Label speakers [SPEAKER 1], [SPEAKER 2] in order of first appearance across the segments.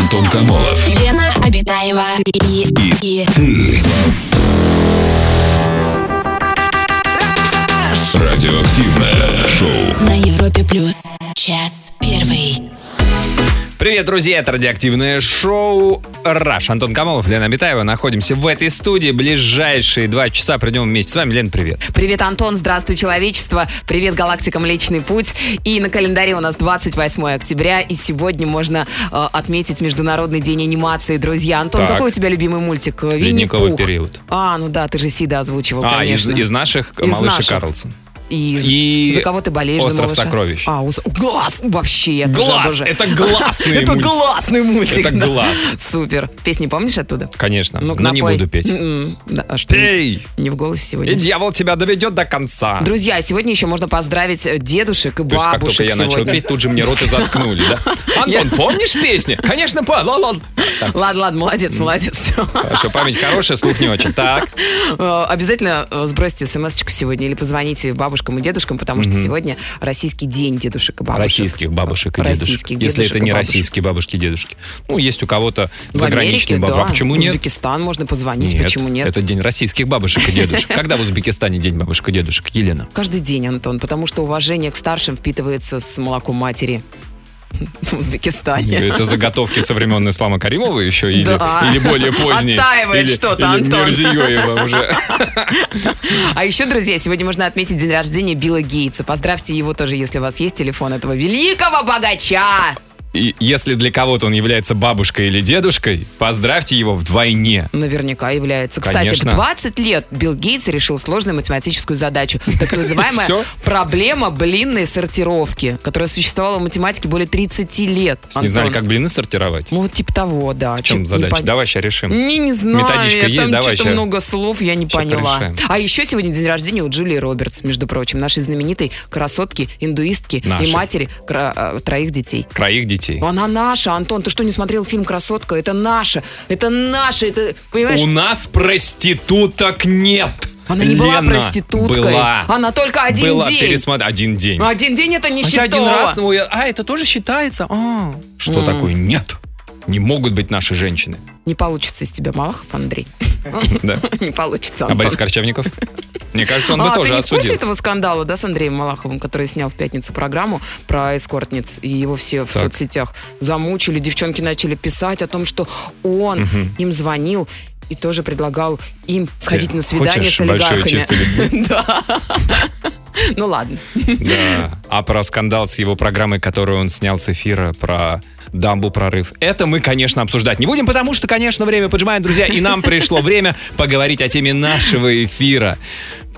[SPEAKER 1] Антон Камолов
[SPEAKER 2] Лена Обитаева и, и, и
[SPEAKER 1] ты. Радиоактивное шоу.
[SPEAKER 2] на Европе плюс час первый.
[SPEAKER 3] Привет, друзья, это радиоактивное шоу «Раш». Антон Камолов, Лена Абитаева. Находимся в этой студии. Ближайшие два часа придем вместе с вами. Лен, привет.
[SPEAKER 4] Привет, Антон, здравствуй, человечество. Привет, галактика Млечный Путь. И на календаре у нас 28 октября, и сегодня можно э, отметить Международный день анимации. Друзья, Антон,
[SPEAKER 3] Так.
[SPEAKER 4] какой у тебя любимый мультик? Э, Винни-Пух.
[SPEAKER 3] «Ледниковый период».
[SPEAKER 4] А, ну да, ты же Сида озвучивал,
[SPEAKER 3] А, из,
[SPEAKER 4] Ну, конечно.
[SPEAKER 3] из наших
[SPEAKER 4] Из
[SPEAKER 3] «Малыш и
[SPEAKER 4] наших.
[SPEAKER 3] Карлсон».
[SPEAKER 4] И
[SPEAKER 3] и
[SPEAKER 4] за кого ты болеешь? за
[SPEAKER 3] «Остров
[SPEAKER 4] малыша?
[SPEAKER 3] сокровищ».
[SPEAKER 4] А, ус- глаз! Вообще, я тоже
[SPEAKER 3] Глаз!
[SPEAKER 4] обожаю.
[SPEAKER 3] Это гласный
[SPEAKER 4] Это
[SPEAKER 3] мультик.
[SPEAKER 4] гласный мультик.
[SPEAKER 3] Это
[SPEAKER 4] да.
[SPEAKER 3] глаз.
[SPEAKER 4] Супер. Песни помнишь оттуда?
[SPEAKER 3] Конечно,
[SPEAKER 4] Ну-ка,
[SPEAKER 3] но не
[SPEAKER 4] напой.
[SPEAKER 3] буду петь.
[SPEAKER 4] М-м, да, а что?
[SPEAKER 3] Пей!
[SPEAKER 4] Не в голосе сегодня.
[SPEAKER 3] И дьявол тебя доведет до конца.
[SPEAKER 4] Друзья, сегодня еще можно поздравить э, дедушек и
[SPEAKER 3] А. То есть, как
[SPEAKER 4] бабушек
[SPEAKER 3] только я начал
[SPEAKER 4] сегодня.
[SPEAKER 3] петь, тут же мне рот и заткнули, да? Антон, помнишь песни? Конечно, помню. Ладно, ладно.
[SPEAKER 4] Ладно, ладно, молодец, молодец.
[SPEAKER 3] Хорошо, память хорошая, слух не очень. Так,
[SPEAKER 4] Э, Обязательно э, сбросьте смс сегодня или позвоните бабушкам и дедушкам, потому что сегодня российский день дедушек и бабушек.
[SPEAKER 3] российских бабушек и дедушек.
[SPEAKER 4] Российских
[SPEAKER 3] Если
[SPEAKER 4] дедушек
[SPEAKER 3] это
[SPEAKER 4] и
[SPEAKER 3] не
[SPEAKER 4] бабушек.
[SPEAKER 3] российские бабушки и дедушки. Ну, есть у кого-то
[SPEAKER 4] В Америке,
[SPEAKER 3] заграничные бабушки.
[SPEAKER 4] да.
[SPEAKER 3] А почему
[SPEAKER 4] в
[SPEAKER 3] нет?
[SPEAKER 4] Узбекистан можно позвонить, почему нет?
[SPEAKER 3] Это день российских бабушек и дедушек. Когда в Узбекистане день бабушек и дедушек, Елена?
[SPEAKER 4] Каждый день, Антон, потому что уважение к старшим впитывается с молоком матери в Узбекистане.
[SPEAKER 3] Это заготовки со времен Ислама Каримова еще или,
[SPEAKER 4] Да.
[SPEAKER 3] или более поздние?
[SPEAKER 4] Оттаивает
[SPEAKER 3] Или-
[SPEAKER 4] что-то,
[SPEAKER 3] или
[SPEAKER 4] Антон.
[SPEAKER 3] Мирзиёева уже.
[SPEAKER 4] А еще, друзья, сегодня можно отметить день рождения Билла Гейтса. Поздравьте его тоже, если у вас есть телефон этого великого богача.
[SPEAKER 3] И если для кого-то он является бабушкой или дедушкой, поздравьте его вдвойне.
[SPEAKER 4] Наверняка является. Кстати,
[SPEAKER 3] Конечно.
[SPEAKER 4] в 20 лет Билл Гейтс решил сложную математическую задачу. Так называемая
[SPEAKER 3] Всё?
[SPEAKER 4] проблема блинной сортировки, которая существовала в математике более 30 лет.
[SPEAKER 3] Не знали,
[SPEAKER 4] Антон.
[SPEAKER 3] как блины сортировать?
[SPEAKER 4] Ну, вот типа того, да.
[SPEAKER 3] В чем задача? Давай сейчас решим.
[SPEAKER 4] Не, не знаю.
[SPEAKER 3] Методичка есть?
[SPEAKER 4] Там
[SPEAKER 3] Давай
[SPEAKER 4] что-то
[SPEAKER 3] ща-
[SPEAKER 4] много слов, я не
[SPEAKER 3] ща
[SPEAKER 4] поняла.
[SPEAKER 3] порешаем.
[SPEAKER 4] А еще сегодня день рождения у Джулии Робертс, между прочим, нашей знаменитой красотки, индуистки
[SPEAKER 3] Нашей.
[SPEAKER 4] и матери кра- э, троих детей.
[SPEAKER 3] Троих детей.
[SPEAKER 4] Она наша, Антон, ты что, не смотрел фильм «Красотка»? Это наша, это наша, это, понимаешь?
[SPEAKER 3] У нас проституток нет.
[SPEAKER 4] Она не была
[SPEAKER 3] Лена,
[SPEAKER 4] проституткой.
[SPEAKER 3] Была.
[SPEAKER 4] Она только один
[SPEAKER 3] была
[SPEAKER 4] день.
[SPEAKER 3] пересмотр- Один день.
[SPEAKER 4] Ну, один день это не
[SPEAKER 3] А я
[SPEAKER 4] считало.
[SPEAKER 3] один раз, ну, я- а, это тоже считается? А. Что
[SPEAKER 4] М.
[SPEAKER 3] такое? Нет. Не могут быть наши женщины.
[SPEAKER 4] Не получится из тебя, Малахов, Андрей.
[SPEAKER 3] Да.
[SPEAKER 4] Не получится,
[SPEAKER 3] А
[SPEAKER 4] Антон.
[SPEAKER 3] Борис Корчевников? Мне кажется, он бы
[SPEAKER 4] а, ты
[SPEAKER 3] тоже
[SPEAKER 4] не в курсе
[SPEAKER 3] осудил.
[SPEAKER 4] этого скандала, да, с Андреем Малаховым, который снял в пятницу программу про эскортниц, и его все в
[SPEAKER 3] Так.
[SPEAKER 4] соцсетях замучили, девчонки начали писать о том, что он им звонил и тоже предлагал им сходить на свидание
[SPEAKER 3] хочешь
[SPEAKER 4] с олигархами.
[SPEAKER 3] большой чистой
[SPEAKER 4] Да. Ну ладно.
[SPEAKER 3] Да. А про скандал с его программой, которую он снял с эфира, про дамбу прорыв. Это мы, конечно, обсуждать не будем, потому что, конечно, время поджимает, друзья, и нам пришло время поговорить о теме нашего эфира.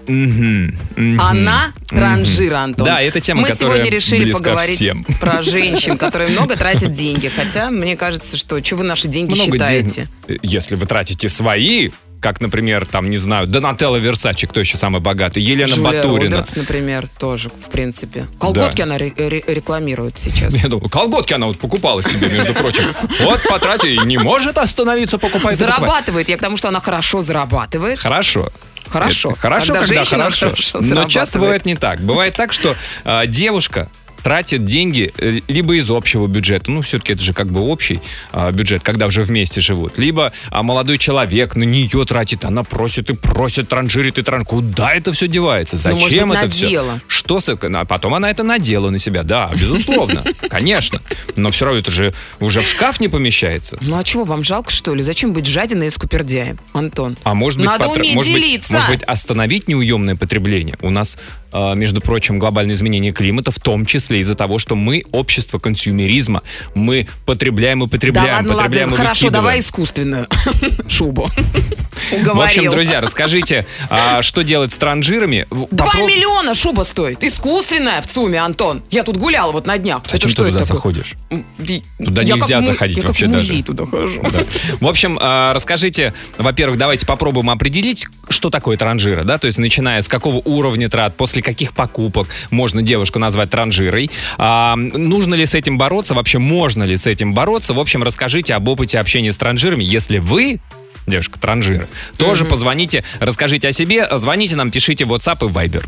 [SPEAKER 3] Мгм. Мгм.
[SPEAKER 4] Она транжира, Антон.
[SPEAKER 3] Да, это тема,
[SPEAKER 4] Мы
[SPEAKER 3] которая
[SPEAKER 4] сегодня решили
[SPEAKER 3] близка
[SPEAKER 4] поговорить
[SPEAKER 3] всем.
[SPEAKER 4] про женщин, которые много тратят деньги. Хотя, мне кажется, что, что вы наши деньги
[SPEAKER 3] Много
[SPEAKER 4] считаете?
[SPEAKER 3] денег. Если вы тратите свои, как, например, там, не знаю, Донателло Версачи, кто еще самый богатый, Елена
[SPEAKER 4] Джулия
[SPEAKER 3] Батурина.
[SPEAKER 4] Робертс, например, тоже, в принципе. Колготки она ре- ре- рекламирует сейчас.
[SPEAKER 3] Я думаю, колготки она вот покупала себе, между прочим. Вот потратил, и не может остановиться покупать. и покупать.
[SPEAKER 4] Зарабатывает. Я к тому, что она хорошо зарабатывает.
[SPEAKER 3] Хорошо.
[SPEAKER 4] Хорошо.
[SPEAKER 3] Это хорошо,
[SPEAKER 4] Когда
[SPEAKER 3] когда,
[SPEAKER 4] женщина
[SPEAKER 3] хорошо.
[SPEAKER 4] хорошо
[SPEAKER 3] Но часто
[SPEAKER 4] зарабатывает.
[SPEAKER 3] бывает не так. Бывает так, что а, девушка тратит деньги э, либо из общего бюджета, ну, все-таки это же как бы общий а, бюджет, когда уже вместе живут, либо а, молодой человек на нее тратит, она просит и просит, транжирит и тран. Куда это все девается?
[SPEAKER 4] Ну,
[SPEAKER 3] Зачем
[SPEAKER 4] может быть,
[SPEAKER 3] это все?
[SPEAKER 4] надела.
[SPEAKER 3] Что с... а Потом она это надела на себя, да, безусловно, конечно. Но все равно это же уже в шкаф не помещается.
[SPEAKER 4] Ну а чего, вам жалко, что ли? Зачем быть жадиной и скупердяем, Антон?
[SPEAKER 3] А может быть,
[SPEAKER 4] Надо
[SPEAKER 3] потра-
[SPEAKER 4] уметь
[SPEAKER 3] может,
[SPEAKER 4] делиться.
[SPEAKER 3] Быть, может быть, остановить неуемное потребление? У нас, э, между прочим, глобальное изменение климата, в том числе из-за того, что мы общество консюмеризма. Мы потребляем и
[SPEAKER 4] Да
[SPEAKER 3] потребляем,
[SPEAKER 4] ладно,
[SPEAKER 3] потребляем
[SPEAKER 4] ладно,
[SPEAKER 3] и
[SPEAKER 4] хорошо,
[SPEAKER 3] выкидываем.
[SPEAKER 4] давай искусственную шубу.
[SPEAKER 3] В общем,
[SPEAKER 4] Уговорил.
[SPEAKER 3] друзья, расскажите, а, что делать с транжирами? В-
[SPEAKER 4] Два
[SPEAKER 3] попро-
[SPEAKER 4] миллиона шуба стоит. Искусственная в ЦУМе, Антон. Я тут гуляла вот на днях.
[SPEAKER 3] Зачем
[SPEAKER 4] это что
[SPEAKER 3] ты туда
[SPEAKER 4] это такое?
[SPEAKER 3] заходишь?
[SPEAKER 4] М, и-
[SPEAKER 3] Туда
[SPEAKER 4] я
[SPEAKER 3] нельзя
[SPEAKER 4] как в му-
[SPEAKER 3] заходить
[SPEAKER 4] я как
[SPEAKER 3] вообще
[SPEAKER 4] в
[SPEAKER 3] даже.
[SPEAKER 4] музей туда хожу.
[SPEAKER 3] Да. В общем, а, расскажите, во-первых, давайте попробуем определить, что такое транжира, да, то есть начиная с какого уровня трат, после каких покупок можно девушку назвать транжирой, А, нужно ли с этим бороться, вообще можно ли с этим бороться, в общем, расскажите об опыте общения с транжирами, если вы девушка транжира, тоже позвоните, расскажите о себе, звоните нам, пишите в WhatsApp и Viber.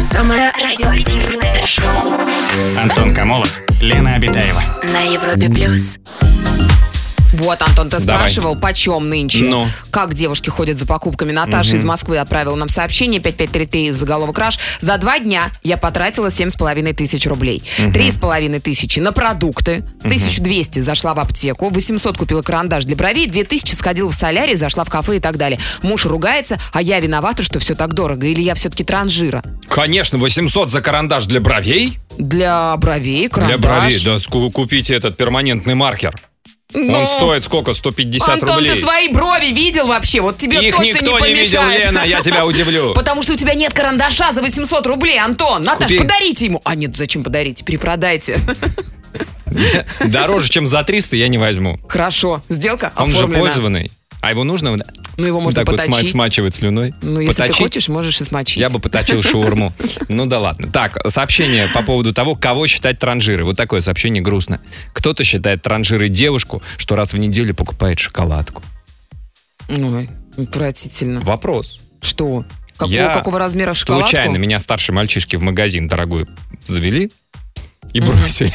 [SPEAKER 2] Самое радиоактивное шоу.
[SPEAKER 5] Антон Камолов, Лена Обитаева.
[SPEAKER 2] на Европе плюс.
[SPEAKER 4] Вот, Антон, ты
[SPEAKER 3] Давай.
[SPEAKER 4] спрашивал, почем нынче?
[SPEAKER 3] Ну.
[SPEAKER 4] Как девушки ходят за покупками? Наташа из Москвы отправила нам сообщение 5533 заголовок «Краш». За два дня я потратила 7,5 тысяч рублей. 3,5 тысячи на продукты, 1200 зашла в аптеку, 800 купила карандаш для бровей, 2000 сходила в солярий, зашла в кафе и так далее. Муж ругается, а я виновата, что все так дорого. Или я все-таки транжира?
[SPEAKER 3] Конечно, 800 за карандаш для бровей.
[SPEAKER 4] Для бровей карандаш.
[SPEAKER 3] Для бровей, да, ску- купите этот перманентный маркер.
[SPEAKER 4] Ну,
[SPEAKER 3] Он стоит сколько? 150
[SPEAKER 4] Антон,
[SPEAKER 3] рублей.
[SPEAKER 4] ты свои брови видел вообще? Вот тебе
[SPEAKER 3] Их
[SPEAKER 4] точно
[SPEAKER 3] никто
[SPEAKER 4] не
[SPEAKER 3] не, видел,
[SPEAKER 4] помешает.
[SPEAKER 3] Лена, я тебя удивлю.
[SPEAKER 4] Потому что у тебя нет карандаша за 800 рублей, Антон. Наташ,
[SPEAKER 3] Купи.
[SPEAKER 4] подарите ему. А нет, зачем подарите? Перепродайте.
[SPEAKER 3] Дороже, чем за 300 я не возьму.
[SPEAKER 4] Хорошо, сделка
[SPEAKER 3] Он же
[SPEAKER 4] оформлена.
[SPEAKER 3] пользованный. А его нужно вот
[SPEAKER 4] Ну, его можно
[SPEAKER 3] так вот сма-
[SPEAKER 4] поточить.
[SPEAKER 3] смачивать слюной?
[SPEAKER 4] Ну, если
[SPEAKER 3] Поточить?
[SPEAKER 4] ты хочешь, можешь и смочить.
[SPEAKER 3] Я бы поточил шаурму. Ну да ладно. Так, сообщение по поводу того, кого считать транжирой. Вот такое сообщение грустно. Кто-то считает транжирой девушку, что раз в неделю покупает шоколадку.
[SPEAKER 4] Ой, отвратительно.
[SPEAKER 3] Вопрос.
[SPEAKER 4] Что? Какого,
[SPEAKER 3] Я
[SPEAKER 4] какого размера шоколадку?
[SPEAKER 3] Случайно меня старшие мальчишки в магазин дорогой завели и бросили.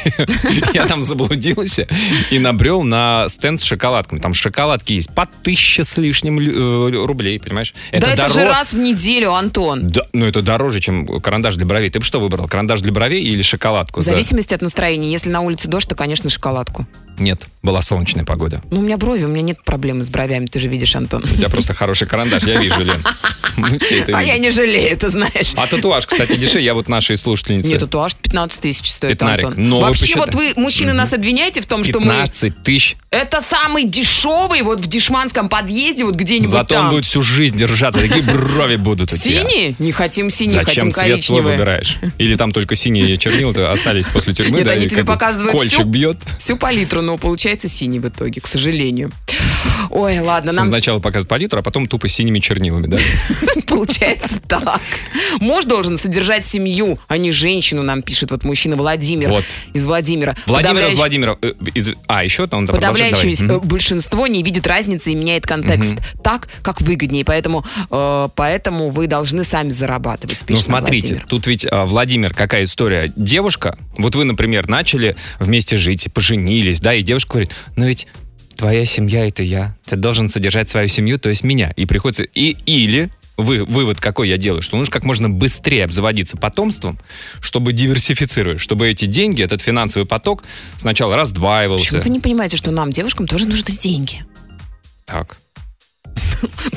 [SPEAKER 3] Я там заблудился и набрел на стенд с шоколадками. Там шоколадки есть по тысяче с лишним лю- э, рублей, понимаешь?
[SPEAKER 4] Да это же
[SPEAKER 3] дороже-
[SPEAKER 4] раз в неделю, Антон.
[SPEAKER 3] Да, но это дороже, чем карандаш для бровей. Ты бы что выбрал, карандаш для бровей или шоколадку?
[SPEAKER 4] В
[SPEAKER 3] за-
[SPEAKER 4] зависимости от настроения. Если на улице дождь, то, конечно, шоколадку.
[SPEAKER 3] Нет, была солнечная погода.
[SPEAKER 4] Ну, у меня брови, у меня нет проблемы с бровями, ты же видишь, Антон.
[SPEAKER 3] У тебя просто хороший карандаш, я вижу, Лен. Мы все это
[SPEAKER 4] А я
[SPEAKER 3] видим.
[SPEAKER 4] не жалею, ты знаешь.
[SPEAKER 3] А татуаж, кстати, дешевле. Я вот нашей слушательнице.
[SPEAKER 4] Нет, татуаж 15 тысяч стоит,
[SPEAKER 3] Пятнарик.
[SPEAKER 4] Антон.
[SPEAKER 3] Но вы
[SPEAKER 4] Вообще,
[SPEAKER 3] посчитай.
[SPEAKER 4] вот вы, мужчины, нас обвиняете в том, что мы...
[SPEAKER 3] 15 тысяч.
[SPEAKER 4] Это самый дешевый вот в дешманском подъезде, вот где-нибудь
[SPEAKER 3] Зато
[SPEAKER 4] там.
[SPEAKER 3] он будет всю жизнь держаться. Такие брови будут у тебя.
[SPEAKER 4] Синий? Не хотим синий, хотим
[SPEAKER 3] Зачем цвет свой
[SPEAKER 4] коричневый.
[SPEAKER 3] выбираешь? Или там только синие чернила остались после тюрьмы?
[SPEAKER 4] Нет,
[SPEAKER 3] да,
[SPEAKER 4] они
[SPEAKER 3] и
[SPEAKER 4] тебе
[SPEAKER 3] как бы
[SPEAKER 4] показывают
[SPEAKER 3] Кольчик
[SPEAKER 4] всю-
[SPEAKER 3] бьет.
[SPEAKER 4] Всю палитру, но получается синий в итоге, к сожалению. Ой, ладно, нам
[SPEAKER 3] Сначала показывают палитру, а потом тупо синими чернилами, да?
[SPEAKER 4] получается так. Муж должен содержать семью, а не женщину, нам пишет вот мужчина Владимир
[SPEAKER 3] Вот.
[SPEAKER 4] из Владимира.
[SPEAKER 3] Владимира
[SPEAKER 4] Подавляющ-
[SPEAKER 3] из Владимира. э, из- А, еще там продолжать? Давай.
[SPEAKER 4] Подавляющее э,
[SPEAKER 3] Мгм.
[SPEAKER 4] большинство не видит разницы и меняет контекст так, как выгоднее. Поэтому, э, поэтому вы должны сами зарабатывать.
[SPEAKER 3] Ну,
[SPEAKER 4] пишет нам
[SPEAKER 3] смотрите,
[SPEAKER 4] Владимир.
[SPEAKER 3] тут ведь, а, Владимир, какая история? Девушка, вот вы, например, начали вместе жить, поженились, да, и девушка говорит, ну ведь твоя семья — это я, ты должен содержать свою семью, то есть меня. И приходится... И, или вы, вывод какой я делаю, что нужно как можно быстрее обзаводиться потомством, чтобы диверсифицировать, чтобы эти деньги, этот финансовый поток сначала раздваивался.
[SPEAKER 4] Почему вы не понимаете, что нам, девушкам, тоже нужны деньги?
[SPEAKER 3] Так.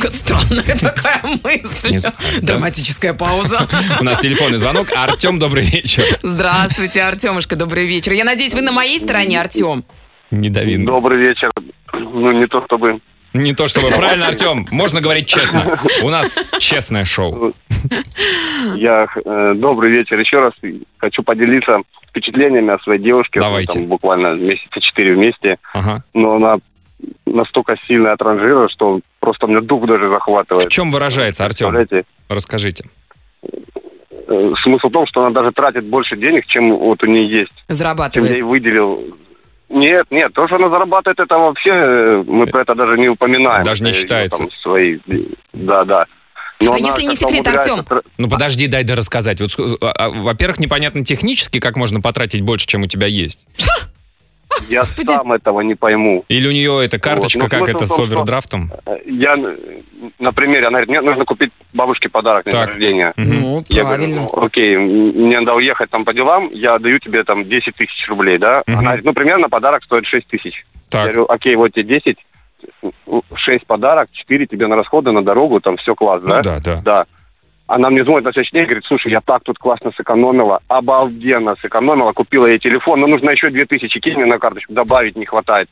[SPEAKER 4] Как Странная такая мысль.
[SPEAKER 3] Не знаю, да.
[SPEAKER 4] Драматическая пауза.
[SPEAKER 3] У нас телефонный звонок. Артем, добрый вечер.
[SPEAKER 4] Здравствуйте, Артемушка, добрый вечер. Я надеюсь, вы на моей стороне, Артем.
[SPEAKER 3] Не дави.
[SPEAKER 6] Добрый вечер. Ну, не то чтобы...
[SPEAKER 3] Не то чтобы. Правильно, Артем, можно говорить честно. У нас честное шоу.
[SPEAKER 6] Я... э, добрый вечер еще раз. И Хочу поделиться впечатлениями о своей девушке. Мы
[SPEAKER 3] Давайте.
[SPEAKER 6] там буквально месяца четыре вместе.
[SPEAKER 3] Ага.
[SPEAKER 6] Но она настолько сильно отранжира, что просто у меня дух даже
[SPEAKER 3] В
[SPEAKER 6] захватывает.
[SPEAKER 3] чем выражается, Артем?
[SPEAKER 6] Представляете?
[SPEAKER 3] Расскажите.
[SPEAKER 6] Э, Смысл в том, что она даже тратит больше денег, чем вот у нее есть. Чем я
[SPEAKER 4] Зарабатывает.
[SPEAKER 6] ей выделил. Нет, нет, то, что она зарабатывает, это вообще э, мы про это даже не упоминаем.
[SPEAKER 3] Даже не
[SPEAKER 6] Это её
[SPEAKER 3] считается.
[SPEAKER 6] там свои, да, да. Но
[SPEAKER 4] А
[SPEAKER 6] она
[SPEAKER 4] если не
[SPEAKER 6] как-то
[SPEAKER 4] секрет,
[SPEAKER 6] умудряется
[SPEAKER 4] Артём?
[SPEAKER 6] тра-
[SPEAKER 3] Ну подожди, дай да рассказать. Вот, ск- а, а, во-первых, непонятно технически, как можно потратить больше, чем у тебя есть.
[SPEAKER 6] Я
[SPEAKER 4] Господи.
[SPEAKER 6] сам этого не пойму.
[SPEAKER 3] Или у нее эта карточка,
[SPEAKER 6] ну,
[SPEAKER 3] как
[SPEAKER 6] смысл
[SPEAKER 3] это,
[SPEAKER 6] в
[SPEAKER 3] с
[SPEAKER 6] том, что-
[SPEAKER 3] овердрафтом?
[SPEAKER 6] Э, Я, э, на примере, она говорит, мне нужно купить бабушке подарок на день
[SPEAKER 3] Так.
[SPEAKER 6] рождения.
[SPEAKER 3] Мгм.
[SPEAKER 4] Ну,
[SPEAKER 6] Я
[SPEAKER 4] правильно.
[SPEAKER 6] говорю, окей, м, мне надо уехать там по делам, я даю тебе там 10 тысяч рублей, да?
[SPEAKER 3] Мгм.
[SPEAKER 6] Она говорит, ну, примерно подарок стоит 6 тысяч. Я
[SPEAKER 3] Так.
[SPEAKER 6] говорю, окей, вот тебе 10, 6 подарок, 4 тебе на расходы, на дорогу, там все класс,
[SPEAKER 3] Ну да, да.
[SPEAKER 6] Да. Она мне звонит на следующий день и говорит, слушай, я так тут классно сэкономила, обалденно сэкономила, купила ей телефон, но нужно еще 2000 кинь мне на карточку, добавить не хватает.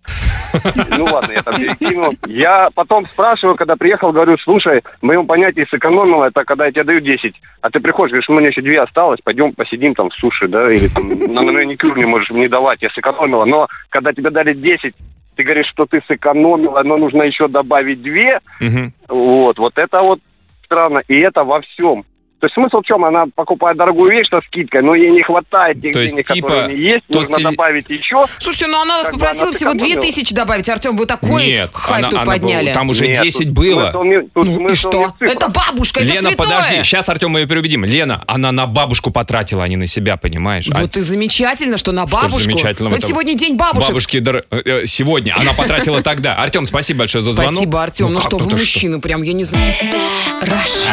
[SPEAKER 6] Ну ладно, я там ей кинул. Я потом спрашиваю, когда приехал, говорю, слушай, в моем понятии сэкономила, это когда я тебе даю 10, а ты приходишь, говоришь, у меня еще 2 осталось, пойдем посидим там в суши, да, или там на на маникюр не можешь мне давать, я сэкономила, но когда тебе дали 10, ты говоришь, что ты сэкономила, но нужно еще добавить 2,
[SPEAKER 3] Мгм.
[SPEAKER 6] вот, вот это вот странно. И это во всем. То То есть смысл в чем? Она покупает дорогую вещь со скидкой, но ей не хватает тех
[SPEAKER 3] То есть,
[SPEAKER 6] денег,
[SPEAKER 3] типа,
[SPEAKER 6] которые у нее есть.
[SPEAKER 3] тот
[SPEAKER 6] Нужно
[SPEAKER 3] теле-
[SPEAKER 6] добавить еще.
[SPEAKER 4] Слушайте, ну она вас
[SPEAKER 6] Как бы
[SPEAKER 4] попросила
[SPEAKER 6] она ну,
[SPEAKER 4] всего
[SPEAKER 6] сэкономила.
[SPEAKER 4] 2000 добавить. Артем, вы такой
[SPEAKER 3] Нет,
[SPEAKER 4] хайп
[SPEAKER 3] она-
[SPEAKER 4] тут
[SPEAKER 3] она была-
[SPEAKER 4] подняли.
[SPEAKER 3] там уже
[SPEAKER 6] Нет,
[SPEAKER 3] 10
[SPEAKER 6] тут
[SPEAKER 3] было.
[SPEAKER 6] смысл не- тут
[SPEAKER 4] ну и
[SPEAKER 6] смысл не в
[SPEAKER 4] что?
[SPEAKER 6] цифрах.
[SPEAKER 4] Это бабушка, это
[SPEAKER 3] Лена,
[SPEAKER 4] святое.
[SPEAKER 3] подожди, сейчас Артем ее переубедим. Лена, она на бабушку потратила, а не на себя, понимаешь? А
[SPEAKER 4] Вот и замечательно, что на
[SPEAKER 3] что
[SPEAKER 4] бабушку.
[SPEAKER 3] замечательного
[SPEAKER 4] Вот
[SPEAKER 3] этого?
[SPEAKER 4] сегодня день бабушек.
[SPEAKER 3] Бабушки дор- э, э, сегодня. Она потратила тогда. Артем, спасибо большое за звонок.
[SPEAKER 4] Спасибо, Артем. Ну,
[SPEAKER 3] как
[SPEAKER 4] что вы
[SPEAKER 3] тут уж-
[SPEAKER 4] мужчина, прям, я не знаю.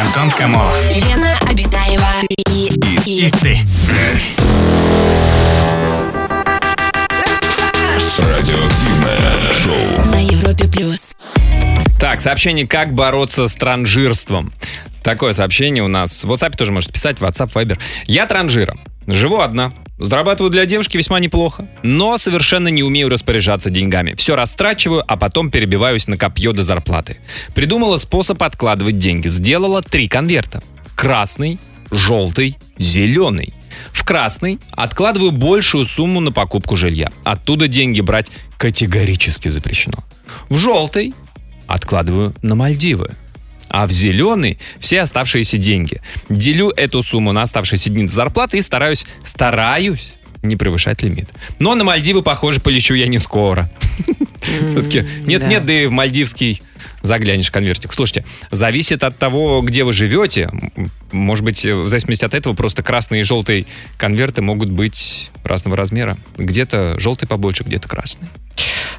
[SPEAKER 5] Антон Камолов.
[SPEAKER 2] Лена Обитаева и, и,
[SPEAKER 5] И ты.
[SPEAKER 1] Радиоактивное шоу.
[SPEAKER 2] на Европе плюс.
[SPEAKER 3] Так, сообщение «Как бороться с транжирством». Такое сообщение у нас. В WhatsApp тоже можете писать, WhatsApp, Viber. Я транжира. Живу одна. Зарабатываю для девушки весьма неплохо, но совершенно не умею распоряжаться деньгами. Все растрачиваю, а потом перебиваюсь на копье до зарплаты. Придумала способ откладывать деньги. Сделала три конверта. Красный, желтый, зеленый. В красный откладываю большую сумму на покупку жилья. Оттуда деньги брать категорически запрещено. В желтый откладываю на Мальдивы. А в зеленый все оставшиеся деньги. Делю эту сумму на оставшиеся дни до зарплаты и стараюсь, стараюсь не превышать лимит. Но на Мальдивы, похоже, полечу я не скоро. Все-таки
[SPEAKER 4] да.
[SPEAKER 3] нет-нет, да и в мальдивский заглянешь конвертик. Слушайте, зависит от того, где вы живете. М, Может быть, э, в зависимости от этого, просто красные и желтые конверты могут быть разного размера. Где-то желтый побольше, где-то красный.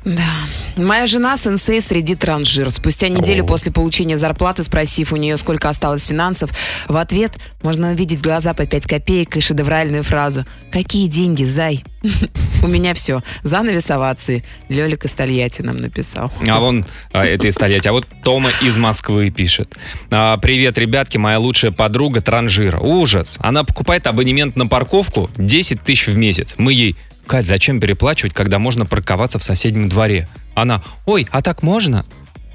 [SPEAKER 4] Да. Моя жена сенсей среди транжир. Спустя неделю
[SPEAKER 3] О.
[SPEAKER 4] после получения зарплаты, спросив у нее, сколько осталось финансов, в ответ можно увидеть глаза по 5 копеек и шедевральную фразу «Какие деньги, зай?» У меня все. Занавес овации. Лелик из Тольятти нам написал.
[SPEAKER 3] А вон, а, это из Тольятти. А вот Тома из Москвы пишет. А, Привет, ребятки, моя лучшая подруга транжира. Ужас. Она покупает абонемент на парковку 10 тысяч в месяц. Мы ей, Кать, зачем переплачивать, когда можно парковаться в соседнем дворе? Она, ой, а так можно?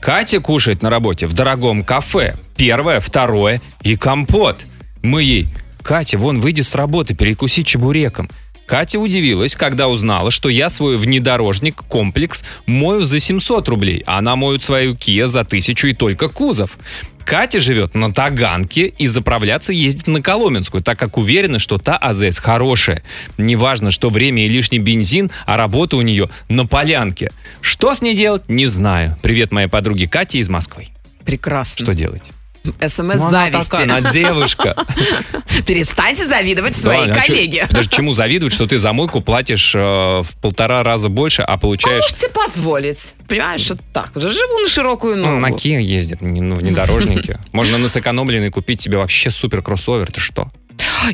[SPEAKER 3] Катя кушает на работе в дорогом кафе. Первое, второе и компот. Мы ей, Катя, вон, выйди с работы, перекуси чебуреком. Катя удивилась, когда узнала, что я свой внедорожник комплекс мою за 700 рублей, а она моет свою Kia за 1000 и только кузов. Катя живет на Таганке и заправляться ездит на Коломенскую, так как уверена, что та АЗС хорошая. Неважно, что время и лишний бензин, а работа у нее на полянке. Что с ней делать, не знаю. Привет моей подруге Кате из Москвы. Что
[SPEAKER 4] Прекрасно.
[SPEAKER 3] делать?
[SPEAKER 4] СМС
[SPEAKER 3] Ну, она такая,
[SPEAKER 4] зависти.
[SPEAKER 3] она девушка.
[SPEAKER 4] Перестаньте завидовать своей
[SPEAKER 3] Да, а чё-
[SPEAKER 4] коллеге.
[SPEAKER 3] Подожди, чему завидовать, что ты за мойку платишь э, в полтора раза больше, а получаешь...
[SPEAKER 4] Можете позволить. Понимаешь, вот так. вот. Живу на широкую
[SPEAKER 3] Ну,
[SPEAKER 4] ногу.
[SPEAKER 3] на Kia ездит, не на внедорожнике. Можно на сэкономленный купить себе вообще супер кроссовер. Ты что?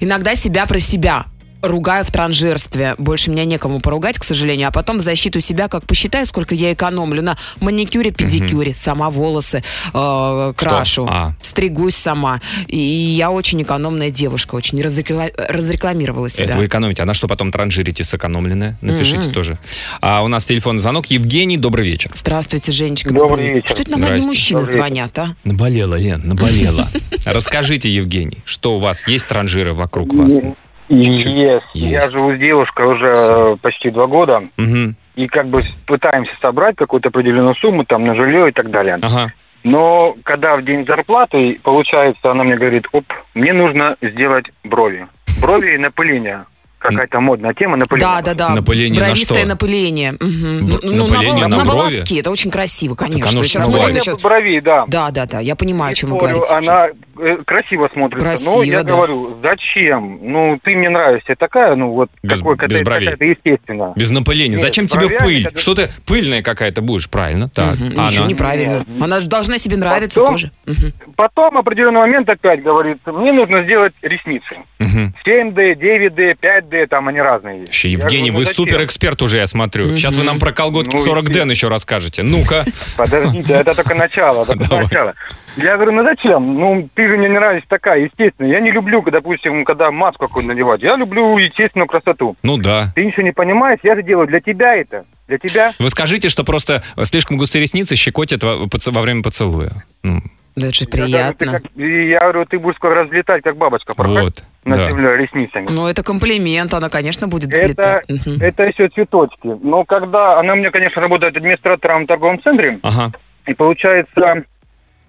[SPEAKER 4] Иногда себя про себя ругаю в транжирстве. Больше меня некому поругать, к сожалению. А потом в защиту себя, как посчитаю, сколько я экономлю на маникюре, педикюре. Сама волосы э, крашу.
[SPEAKER 3] А.
[SPEAKER 4] Стригусь сама. И я очень экономная девушка. Очень разрекла- разрекламировала себя.
[SPEAKER 3] Это вы экономите. А на что потом транжирите сэкономленное? Напишите тоже. А у нас телефонный звонок. Евгений, добрый вечер.
[SPEAKER 4] Здравствуйте, Женечка.
[SPEAKER 6] Добрый вечер.
[SPEAKER 4] Что это нам одни
[SPEAKER 3] Здрасте.
[SPEAKER 4] мужчины
[SPEAKER 6] Добрый вечер.
[SPEAKER 4] звонят, а?
[SPEAKER 3] Наболела, Лен, наболела. Расскажите, Евгений, что у вас? Есть транжиры вокруг вас? Чуть-чуть.
[SPEAKER 7] Yes. Я
[SPEAKER 3] Есть.
[SPEAKER 7] живу с девушкой уже э, почти два года.
[SPEAKER 3] Мгм.
[SPEAKER 7] И как бы пытаемся собрать какую-то определенную сумму там на жилье и так далее.
[SPEAKER 3] Ага.
[SPEAKER 7] Но когда в день зарплаты, получается, она мне говорит, оп, мне нужно сделать брови. Брови и напыление. Какая-то модная тема
[SPEAKER 4] Да,
[SPEAKER 7] напыление.
[SPEAKER 4] да, да.
[SPEAKER 3] Напыление на
[SPEAKER 4] Бровистое
[SPEAKER 3] что?
[SPEAKER 4] напыление. Мгм.
[SPEAKER 3] Б-
[SPEAKER 4] ну, на,
[SPEAKER 3] напыление
[SPEAKER 4] вол-
[SPEAKER 3] на
[SPEAKER 4] на
[SPEAKER 3] брови?
[SPEAKER 4] волоски. Это очень красиво, конечно.
[SPEAKER 3] оно ж
[SPEAKER 4] Сейчас
[SPEAKER 3] на
[SPEAKER 4] можно
[SPEAKER 3] брови.
[SPEAKER 7] Напыление
[SPEAKER 4] сейчас-
[SPEAKER 7] бровей, да.
[SPEAKER 4] Да, да, да. Я понимаю, о чем вы
[SPEAKER 7] Спорю,
[SPEAKER 4] говорите.
[SPEAKER 7] она э, красиво смотрится.
[SPEAKER 4] Красиво,
[SPEAKER 7] но я
[SPEAKER 4] да.
[SPEAKER 7] говорю, зачем? Ну, ты мне нравишься такая, ну вот
[SPEAKER 3] Без-
[SPEAKER 7] такой,
[SPEAKER 3] без
[SPEAKER 7] какая-то
[SPEAKER 3] бровей.
[SPEAKER 7] какая-то естественная.
[SPEAKER 3] Без напыления.
[SPEAKER 7] Нет,
[SPEAKER 3] Зачем тебе
[SPEAKER 7] бровями
[SPEAKER 3] пыль?
[SPEAKER 7] это-
[SPEAKER 3] Что ты пыльная какая-то будешь, правильно? Так.
[SPEAKER 4] Мгм,
[SPEAKER 3] А
[SPEAKER 4] Ничего
[SPEAKER 3] она?
[SPEAKER 4] неправильно.
[SPEAKER 7] Нет.
[SPEAKER 4] Она же должна себе нравиться
[SPEAKER 7] Потом-
[SPEAKER 4] тоже. Мгм.
[SPEAKER 7] Потом в определенный момент опять говорит, мне нужно сделать ресницы.
[SPEAKER 3] Мгм.
[SPEAKER 7] 7D, 9D, 5D, там они разные есть.
[SPEAKER 3] Вообще,
[SPEAKER 7] Я
[SPEAKER 3] Евгений,
[SPEAKER 7] говорю,
[SPEAKER 3] вы
[SPEAKER 7] «Ну зачем?»
[SPEAKER 3] суперэксперт уже, я смотрю. Сейчас вы нам про колготки
[SPEAKER 7] Ну и
[SPEAKER 3] 40
[SPEAKER 7] ты.
[SPEAKER 3] Дэн еще расскажете. Ну-ка.
[SPEAKER 7] Подождите, это только начало, это только
[SPEAKER 3] Давай.
[SPEAKER 7] начало. Я говорю, ну зачем? Ну, ты же мне не нравишься такая, естественно. Я не люблю, допустим, когда маску какую-то надевать. Я люблю естественную красоту.
[SPEAKER 3] Ну да.
[SPEAKER 7] Ты ничего не понимаешь, я же делаю для тебя это. Для тебя.
[SPEAKER 3] Вы скажите, что просто слишком густые ресницы щекотят во, поце- во время поцелуя. Ну,
[SPEAKER 4] Да, Это же
[SPEAKER 7] Я говорю, ты
[SPEAKER 4] приятно.
[SPEAKER 7] как- и я говорю, ты будешь скоро разлетать, как бабочка. порхать
[SPEAKER 3] вот.
[SPEAKER 7] Над
[SPEAKER 3] да.
[SPEAKER 7] землей ресницами.
[SPEAKER 4] Ну, это комплимент, она, конечно, будет
[SPEAKER 7] Это-
[SPEAKER 4] взлетать. Мгм.
[SPEAKER 7] Это еще цветочки. Но когда она у меня, конечно, работает администратором в торговом центре,
[SPEAKER 3] Ага.
[SPEAKER 7] и получается,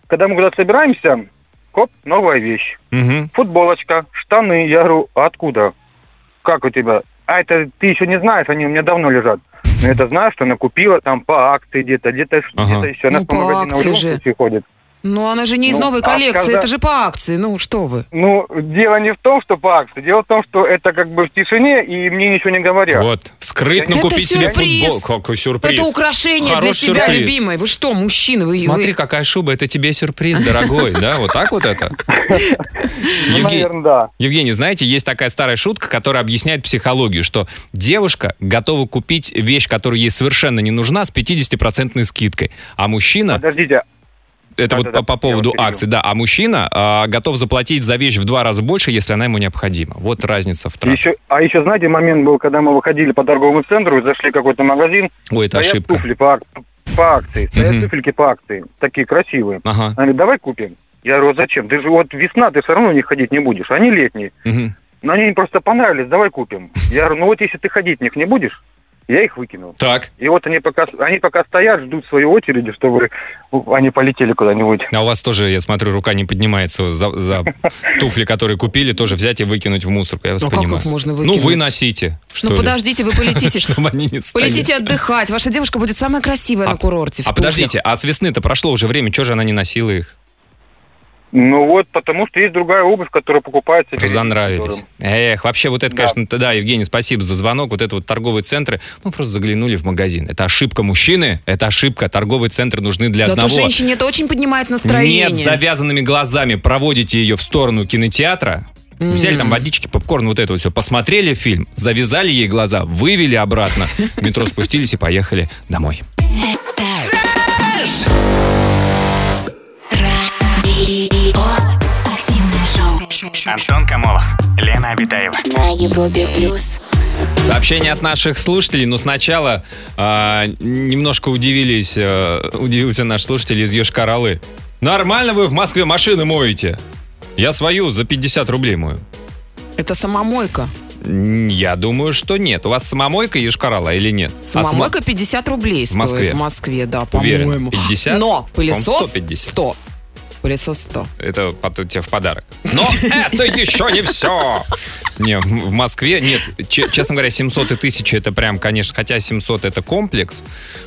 [SPEAKER 7] когда мы куда-то собираемся, оп, новая вещь.
[SPEAKER 3] Мгм.
[SPEAKER 7] футболочка, штаны. Я говорю, а откуда? Как у тебя? А это ты еще не знаешь, они у меня давно лежат. Но это знаю, что она купила там по акции где-то, где-то
[SPEAKER 3] Ага.
[SPEAKER 7] где еще. Она
[SPEAKER 4] Ну,
[SPEAKER 7] по
[SPEAKER 4] по
[SPEAKER 7] магазинам
[SPEAKER 4] акции
[SPEAKER 7] в
[SPEAKER 4] же.
[SPEAKER 7] любом случае ходит.
[SPEAKER 4] Ну, она же не из
[SPEAKER 7] Ну,
[SPEAKER 4] новой
[SPEAKER 7] а
[SPEAKER 4] коллекции,
[SPEAKER 7] когда-
[SPEAKER 4] это же по акции. Ну, что вы?
[SPEAKER 7] Ну, дело не в том, что по акции. Дело в том, что это как бы в тишине, и мне ничего не говорят.
[SPEAKER 3] Вот, скрытно
[SPEAKER 4] Это
[SPEAKER 3] купить себе
[SPEAKER 4] сюрприз.
[SPEAKER 3] футболку. Какой сюрприз.
[SPEAKER 4] Это украшение для
[SPEAKER 3] Хороший
[SPEAKER 4] себя,
[SPEAKER 3] сюрприз.
[SPEAKER 4] любимый. Вы что, мужчины? Вы,
[SPEAKER 3] Смотри,
[SPEAKER 4] вы-
[SPEAKER 3] какая шуба, это тебе сюрприз, дорогой, да? Вот так вот это?
[SPEAKER 7] Ну,
[SPEAKER 3] Евгений,
[SPEAKER 7] наверное, да.
[SPEAKER 3] Евгений, знаете, есть такая старая шутка, которая объясняет психологию, что девушка готова купить вещь, которая ей совершенно не нужна, с 50% скидкой. А мужчина,
[SPEAKER 7] Подождите,
[SPEAKER 3] это вот
[SPEAKER 7] да-да-да,
[SPEAKER 3] по, по
[SPEAKER 7] я вас
[SPEAKER 3] поводу
[SPEAKER 7] перебил.
[SPEAKER 3] акций, да, а мужчина а, готов заплатить за вещь в два раза больше, если она ему необходима. Вот разница в тратах.
[SPEAKER 7] еще, а еще, знаете, момент был, когда мы выходили по торговому центру, и зашли в какой-то магазин,
[SPEAKER 3] Ой, это
[SPEAKER 7] стоят
[SPEAKER 3] ошибка.
[SPEAKER 7] туфли по, ак- по акции, стоят
[SPEAKER 3] Мгм.
[SPEAKER 7] туфельки по акции, такие красивые.
[SPEAKER 3] Ага.
[SPEAKER 7] Она говорит, давай купим. Я говорю, «А зачем? Ты же вот весна, ты все равно не ходить не будешь. Они летние.
[SPEAKER 3] Мгм.
[SPEAKER 7] Но они им просто понравились, давай купим. Я говорю, ну вот если ты ходить в них не будешь, я их выкинул.
[SPEAKER 3] Так,
[SPEAKER 7] И вот они пока, они пока стоят, ждут своей очереди, чтобы они полетели куда-нибудь.
[SPEAKER 3] а у вас тоже, я смотрю, рука не поднимается за, за туфли, которые купили, тоже взять и выкинуть в мусорку. Я вас
[SPEAKER 4] Ну, как
[SPEAKER 3] понимаю.
[SPEAKER 4] их можно
[SPEAKER 3] ну,
[SPEAKER 4] выкинуть?
[SPEAKER 3] вы носите. Что
[SPEAKER 4] Ну,
[SPEAKER 3] ли?
[SPEAKER 4] подождите, вы полетите.
[SPEAKER 3] Чтобы они не стояли.
[SPEAKER 4] Полетите отдыхать. Ваша девушка будет самая красивая
[SPEAKER 3] А-
[SPEAKER 4] на курорте. в
[SPEAKER 3] А подождите, а с весны-то прошло уже время, что же она не носила их?
[SPEAKER 7] Ну вот, потому что есть другая обувь, которая покупается. перед
[SPEAKER 3] Занравились.
[SPEAKER 7] которым.
[SPEAKER 3] Эх, вообще вот это,
[SPEAKER 7] Да.
[SPEAKER 3] конечно, да, Евгений, спасибо за звонок. Вот это вот торговые центры, мы просто заглянули в магазин. Это ошибка мужчины, это ошибка. Торговые центры нужны для
[SPEAKER 4] туфлях. Зато
[SPEAKER 3] одного.
[SPEAKER 4] женщине это очень поднимает настроение.
[SPEAKER 3] Нет, завязанными глазами проводите ее в сторону кинотеатра. Взяли там водички, попкорн, вот это вот все. Посмотрели фильм, завязали ей глаза, вывели обратно. В метро спустились и поехали домой.
[SPEAKER 2] Радио. Активное шоу.
[SPEAKER 5] Антон Камолов, Лена Обитаева.
[SPEAKER 2] На Европе плюс.
[SPEAKER 3] Сообщение от наших слушателей, но сначала а, немножко удивились, э, удивился наш слушатель из Йошкар-Олы. Нормально вы в Москве машины моете? Я свою за 50 рублей мою.
[SPEAKER 4] Это самомойка.
[SPEAKER 3] М, Я думаю, что нет. У вас самомойка Йошкар-Ола или нет? А сама-
[SPEAKER 4] Самомойка 50 рублей стоит
[SPEAKER 3] Москве?
[SPEAKER 4] в Москве, да,
[SPEAKER 3] Уверен,
[SPEAKER 4] по-моему.
[SPEAKER 3] 50?
[SPEAKER 4] Но
[SPEAKER 3] По-моему,
[SPEAKER 4] пылесос
[SPEAKER 3] 150.
[SPEAKER 4] 100. Пылесос 100.
[SPEAKER 3] Это потом тебе в подарок. Но это еще не все. Не, в Москве нет. че- Честно говоря, 700 и 1000 это прям, конечно, хотя 700 это комплекс,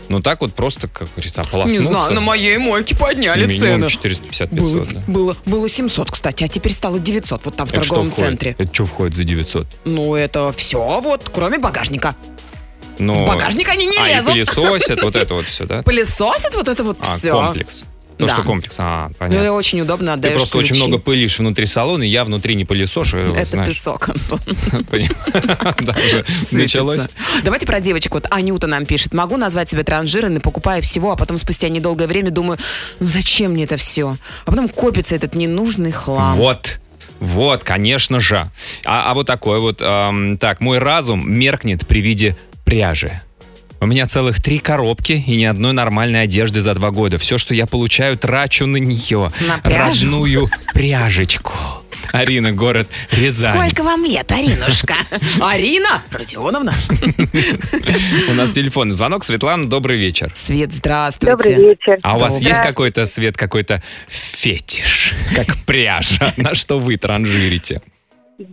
[SPEAKER 3] но так вот просто, как говорится, ополоснуться.
[SPEAKER 4] Не знаю, на моей мойке подняли
[SPEAKER 3] Минимум
[SPEAKER 4] цены.
[SPEAKER 3] 450
[SPEAKER 4] Было,
[SPEAKER 3] 500 да.
[SPEAKER 4] было, было 700, кстати, а теперь стало 900, вот там в
[SPEAKER 3] Это что
[SPEAKER 4] торговом
[SPEAKER 3] входит?
[SPEAKER 4] центре.
[SPEAKER 3] Это что входит за 900?
[SPEAKER 4] Ну, это все, вот, кроме багажника.
[SPEAKER 3] Ну,
[SPEAKER 4] В багажник они не
[SPEAKER 3] а, и
[SPEAKER 4] лезут.
[SPEAKER 3] пылесосят, вот это вот все, да?
[SPEAKER 4] Пылесосит вот это вот
[SPEAKER 3] А,
[SPEAKER 4] все.
[SPEAKER 3] комплекс. То,
[SPEAKER 4] Да.
[SPEAKER 3] что комплекс, а,
[SPEAKER 4] Ну, и
[SPEAKER 3] понятно.
[SPEAKER 4] очень удобно
[SPEAKER 3] Ты
[SPEAKER 4] отдаешь
[SPEAKER 3] просто очень
[SPEAKER 4] ключи.
[SPEAKER 3] много пылишь внутри салона, и я внутри не пылесошу. э,
[SPEAKER 4] Это
[SPEAKER 3] знаешь,
[SPEAKER 4] песок, Антон.
[SPEAKER 3] понимаешь? Да, уже
[SPEAKER 4] сыпется.
[SPEAKER 3] Началось.
[SPEAKER 4] Давайте про девочек. Вот Анюта нам пишет. Могу назвать себя транжиренной, покупая всего, а потом спустя недолгое время думаю, ну зачем мне это все? А потом копится этот ненужный хлам.
[SPEAKER 3] Вот. Вот, конечно же. А, а вот такой вот. эм, так, мой разум меркнет при виде пряжи. У меня целых три коробки и ни одной нормальной одежды за два года. Все, что я получаю, трачу на нее.
[SPEAKER 4] На пряжу?
[SPEAKER 3] Родную пряжечку. Арина, город Рязань.
[SPEAKER 4] Сколько вам лет, Аринушка? Арина Родионовна?
[SPEAKER 3] У нас телефонный звонок. Светлана, добрый вечер.
[SPEAKER 4] Свет, здравствуйте.
[SPEAKER 8] Добрый вечер.
[SPEAKER 3] А у вас
[SPEAKER 4] Добрый.
[SPEAKER 3] есть какой-то, Свет, какой-то фетиш, как пряжа, на что вы транжирите?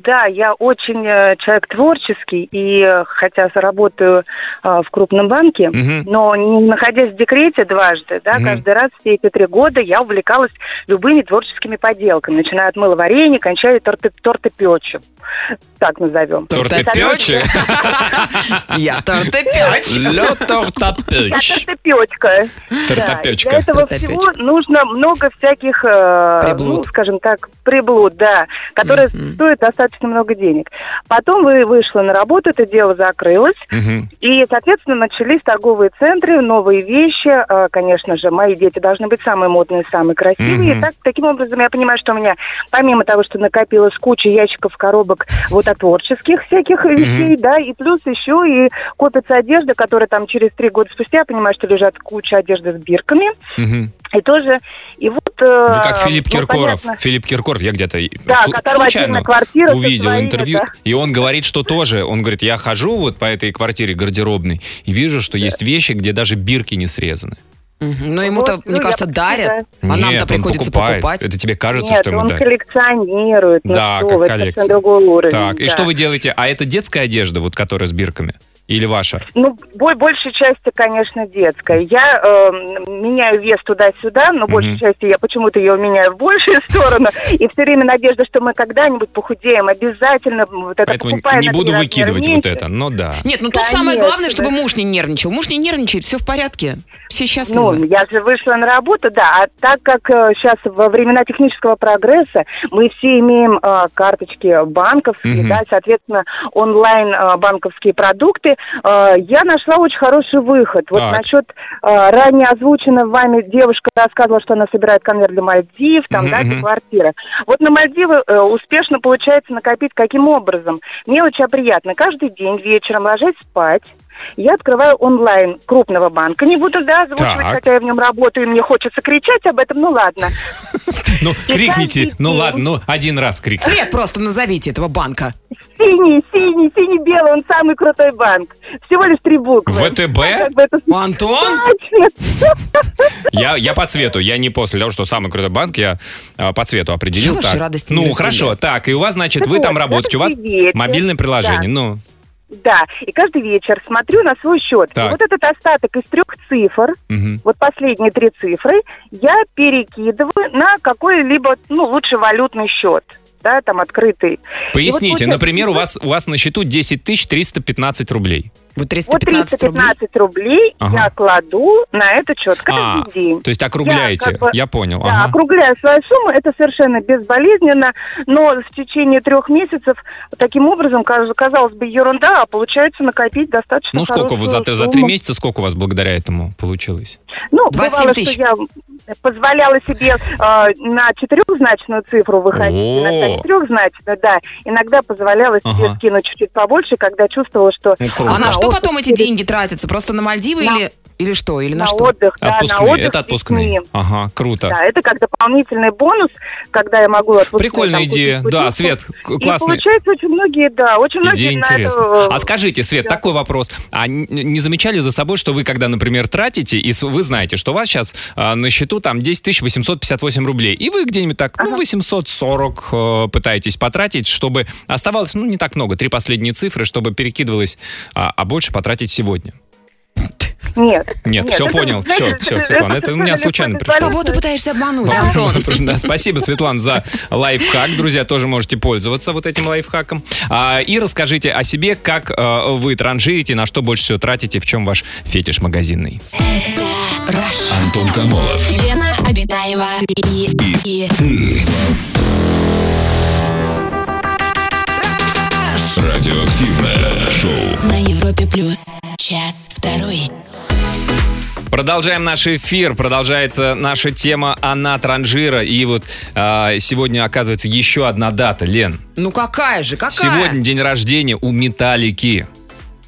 [SPEAKER 8] Да, я очень э, человек творческий, и э, хотя работаю э, в крупном банке,
[SPEAKER 3] Мгм.
[SPEAKER 8] но не находясь в декрете дважды, да,
[SPEAKER 3] Мгм.
[SPEAKER 8] каждый раз все эти три года я увлекалась любыми творческими поделками, начиная от мыловарения, кончая торты, тортопечем, так назовем.
[SPEAKER 3] Торты печи?
[SPEAKER 4] Я тортопеч.
[SPEAKER 3] Лё торта печь.
[SPEAKER 8] Тортопечка.
[SPEAKER 3] Тортопечка.
[SPEAKER 8] для этого
[SPEAKER 4] Тортопечка.
[SPEAKER 8] всего нужно много всяких, э,
[SPEAKER 4] Приблуд.
[SPEAKER 8] ну, скажем так, приблуд, да, которые
[SPEAKER 4] Мгм.
[SPEAKER 8] стоят достаточно много денег. Потом вы вышла на работу, это дело закрылось,
[SPEAKER 3] Мгм.
[SPEAKER 8] И, соответственно, начались торговые центры, новые вещи. Э, Конечно же, мои дети должны быть самые модные, самые красивые.
[SPEAKER 3] Мгм.
[SPEAKER 8] И так, таким образом, я понимаю, что у меня, помимо того, что накопилась куча ящиков, коробок вот от творческих всяких вещей, да, и плюс еще и копится одежда, которая там через три года спустя, я понимаю, что лежат куча одежды с бирками.
[SPEAKER 3] Мгм.
[SPEAKER 8] И тоже, и вот... э,
[SPEAKER 3] Вы как Филипп
[SPEAKER 8] ну,
[SPEAKER 3] Киркоров.
[SPEAKER 8] понятно.
[SPEAKER 3] Филипп Киркоров, я где-то
[SPEAKER 8] Да,
[SPEAKER 3] слу-
[SPEAKER 8] которого отдельная
[SPEAKER 3] случайно
[SPEAKER 8] квартира со
[SPEAKER 3] увидел
[SPEAKER 8] своими,
[SPEAKER 3] интервью,
[SPEAKER 8] да.
[SPEAKER 3] и он говорит, что тоже, он говорит, я хожу вот по этой квартире гардеробной и вижу, что есть вещи, где даже бирки не срезаны.
[SPEAKER 4] Мгм. Но ему-то,
[SPEAKER 8] Вот, ну,
[SPEAKER 4] мне
[SPEAKER 8] я
[SPEAKER 4] кажется,
[SPEAKER 8] почти,
[SPEAKER 4] дарят, а
[SPEAKER 3] Нет,
[SPEAKER 4] нам-то
[SPEAKER 3] он
[SPEAKER 4] приходится
[SPEAKER 3] покупает.
[SPEAKER 4] покупать.
[SPEAKER 3] Это тебе кажется,
[SPEAKER 8] Нет,
[SPEAKER 3] что ему
[SPEAKER 8] он
[SPEAKER 3] дарят?
[SPEAKER 8] коллекционирует. Ну
[SPEAKER 3] Да,
[SPEAKER 8] что
[SPEAKER 3] как
[SPEAKER 8] вы, это
[SPEAKER 3] коллекция.
[SPEAKER 8] совсем другой уровень.
[SPEAKER 3] Так, и
[SPEAKER 8] да.
[SPEAKER 3] что вы делаете? А это детская одежда, вот которая с бирками? Или ваша?
[SPEAKER 8] Ну, бо- большей части, конечно, детская. Я э, меняю вес туда-сюда, но большей
[SPEAKER 3] Мгм.
[SPEAKER 8] части я почему-то ее меняю в большую сторону. И все время надежда, что мы когда-нибудь похудеем. Обязательно вот это
[SPEAKER 3] Поэтому
[SPEAKER 8] покупаем.
[SPEAKER 3] не
[SPEAKER 8] на
[SPEAKER 3] буду
[SPEAKER 8] один размер
[SPEAKER 3] выкидывать вот
[SPEAKER 8] меньше.
[SPEAKER 3] это. Ну да.
[SPEAKER 4] Нет, ну тут самое
[SPEAKER 8] Конечно.
[SPEAKER 4] главное, чтобы муж не нервничал. Муж не нервничает, все в порядке. Все
[SPEAKER 8] Ну,
[SPEAKER 4] счастливы.
[SPEAKER 8] я же вышла на работу, да. А так как сейчас во времена технического прогресса мы все имеем э, карточки банковские,
[SPEAKER 3] Мгм.
[SPEAKER 8] да, соответственно, онлайн э, банковские продукты, э, я нашла очень хороший выход. Вот
[SPEAKER 3] Так.
[SPEAKER 8] насчет э, ранее озвученной вами девушка рассказывала, что она собирает конверт для Мальдив, там,
[SPEAKER 3] Мгм,
[SPEAKER 8] да,
[SPEAKER 3] мгм.
[SPEAKER 8] для квартиры. Вот на Мальдивы э, успешно получается накопить каким образом? Мелочь, а приятно. Каждый день вечером ложась спать, я открываю онлайн крупного банка. Не буду, да, озвучивать,
[SPEAKER 3] Так.
[SPEAKER 8] хотя я в нем работаю, и мне хочется кричать об этом, ну ладно.
[SPEAKER 3] Ну, крикните.
[SPEAKER 8] каждый
[SPEAKER 3] Ну
[SPEAKER 8] день.
[SPEAKER 3] ладно, ну один раз крикните.
[SPEAKER 4] Цвет просто назовите этого банка.
[SPEAKER 8] Синий, синий, синий-белый, он самый крутой банк. Всего лишь три буквы. Как
[SPEAKER 3] ВТБ?
[SPEAKER 8] бы это
[SPEAKER 4] Антон?
[SPEAKER 8] точно.
[SPEAKER 3] Я, я по цвету, я не после того, что самый крутой банк, я а, по цвету определил.
[SPEAKER 4] Всё,
[SPEAKER 3] так.
[SPEAKER 4] ваши радости не
[SPEAKER 3] ну,
[SPEAKER 4] разделяю.
[SPEAKER 3] хорошо, так, и у вас, значит,
[SPEAKER 8] Так
[SPEAKER 3] вы там
[SPEAKER 8] вот,
[SPEAKER 3] работаете, у вас
[SPEAKER 8] каждый вечер,
[SPEAKER 3] мобильное приложение, ну,
[SPEAKER 8] Да, и каждый вечер смотрю на свой счет. И
[SPEAKER 3] Так.
[SPEAKER 8] вот этот остаток из трех цифр,
[SPEAKER 3] мгм.
[SPEAKER 8] вот последние три цифры, я перекидываю на какой-либо, ну, лучше валютный счет, да, там открытый.
[SPEAKER 3] Поясните,
[SPEAKER 8] получается, ну,
[SPEAKER 3] например, у вас, у вас на счету 10 315 рублей.
[SPEAKER 4] Вот
[SPEAKER 8] Вот
[SPEAKER 4] 315 рублей.
[SPEAKER 8] 315 рублей
[SPEAKER 3] Ага.
[SPEAKER 8] я кладу на этот счет
[SPEAKER 3] А,
[SPEAKER 8] каждый день.
[SPEAKER 3] то есть округляете, я,
[SPEAKER 8] Я как бы-
[SPEAKER 3] понял.
[SPEAKER 8] Да,
[SPEAKER 3] ага.
[SPEAKER 8] округляя свою сумму, это совершенно безболезненно, но в течение трех месяцев таким образом, каз- казалось бы, ерунда, а получается накопить достаточно
[SPEAKER 3] Ну, сколько вы
[SPEAKER 8] хорошую
[SPEAKER 3] за, за
[SPEAKER 8] сумму.
[SPEAKER 3] три месяца, сколько у вас благодаря этому получилось?
[SPEAKER 8] Ну,
[SPEAKER 4] 27
[SPEAKER 8] бывало,
[SPEAKER 4] тысяч.
[SPEAKER 8] что я позволяла себе э, на четырехзначную цифру выходить,
[SPEAKER 3] О.
[SPEAKER 8] иногда четырехзначную, да. Иногда позволяла себе
[SPEAKER 3] Ага.
[SPEAKER 8] скинуть чуть-чуть побольше, когда чувствовала, что
[SPEAKER 3] Ну, круто.
[SPEAKER 4] А на
[SPEAKER 8] Да,
[SPEAKER 4] что
[SPEAKER 8] отпуск
[SPEAKER 4] потом эти
[SPEAKER 8] перед-
[SPEAKER 4] деньги тратятся? Просто на Мальдивы
[SPEAKER 8] На-
[SPEAKER 4] или или что? Или на,
[SPEAKER 8] на
[SPEAKER 4] что?
[SPEAKER 8] отдых, да, на
[SPEAKER 3] Отпускные,
[SPEAKER 8] отдых
[SPEAKER 3] это
[SPEAKER 8] с
[SPEAKER 3] отпускные.
[SPEAKER 8] детьми.
[SPEAKER 3] Ага, круто.
[SPEAKER 8] Да, это как дополнительный бонус, когда я могу отпустить.
[SPEAKER 3] Прикольная
[SPEAKER 8] там
[SPEAKER 3] идея.
[SPEAKER 8] кучу
[SPEAKER 3] Да,
[SPEAKER 8] путевку.
[SPEAKER 3] Свет, к-
[SPEAKER 8] И
[SPEAKER 3] классная
[SPEAKER 8] получается, очень многие, да, очень
[SPEAKER 3] Ну,
[SPEAKER 8] многие
[SPEAKER 3] идея,
[SPEAKER 8] на
[SPEAKER 3] интересно.
[SPEAKER 8] это, э,
[SPEAKER 3] А скажите, Свет,
[SPEAKER 8] да.
[SPEAKER 3] такой вопрос. А н- не замечали за собой, что вы, когда, например, тратите, и с- вы знаете, что у вас сейчас на счету там 10 858 рублей, и вы где-нибудь так, ну, 840 э, пытаетесь потратить, чтобы оставалось, ну, не так много, три последние цифры, чтобы перекидывалось, а а больше потратить сегодня.
[SPEAKER 8] Нет.
[SPEAKER 3] Нет, все
[SPEAKER 8] это,
[SPEAKER 3] понял,
[SPEAKER 8] знаете,
[SPEAKER 3] все, все, Светлана, это у меня
[SPEAKER 8] далеко
[SPEAKER 3] случайно
[SPEAKER 8] не
[SPEAKER 3] пришло.
[SPEAKER 8] звонит.
[SPEAKER 4] Кого ты пытаешься обмануть,
[SPEAKER 3] Вам
[SPEAKER 4] Антон?
[SPEAKER 3] просто, да, спасибо, Светлана, за лайфхак. Друзья, тоже можете пользоваться вот этим лайфхаком. А, и расскажите о себе, как э, вы транжирите, на что больше всего тратите, в чем ваш фетиш магазинный.
[SPEAKER 1] Антон Камолов.
[SPEAKER 2] Лена Обитаева и, и, и
[SPEAKER 1] Радиоактивное шоу.
[SPEAKER 2] на Европе плюс. Час второй.
[SPEAKER 3] Продолжаем наш эфир, продолжается наша тема «Она транжира». И вот э, сегодня, оказывается, еще одна дата, Лен.
[SPEAKER 4] Ну какая же, какая?
[SPEAKER 3] Сегодня день рождения у Металлики.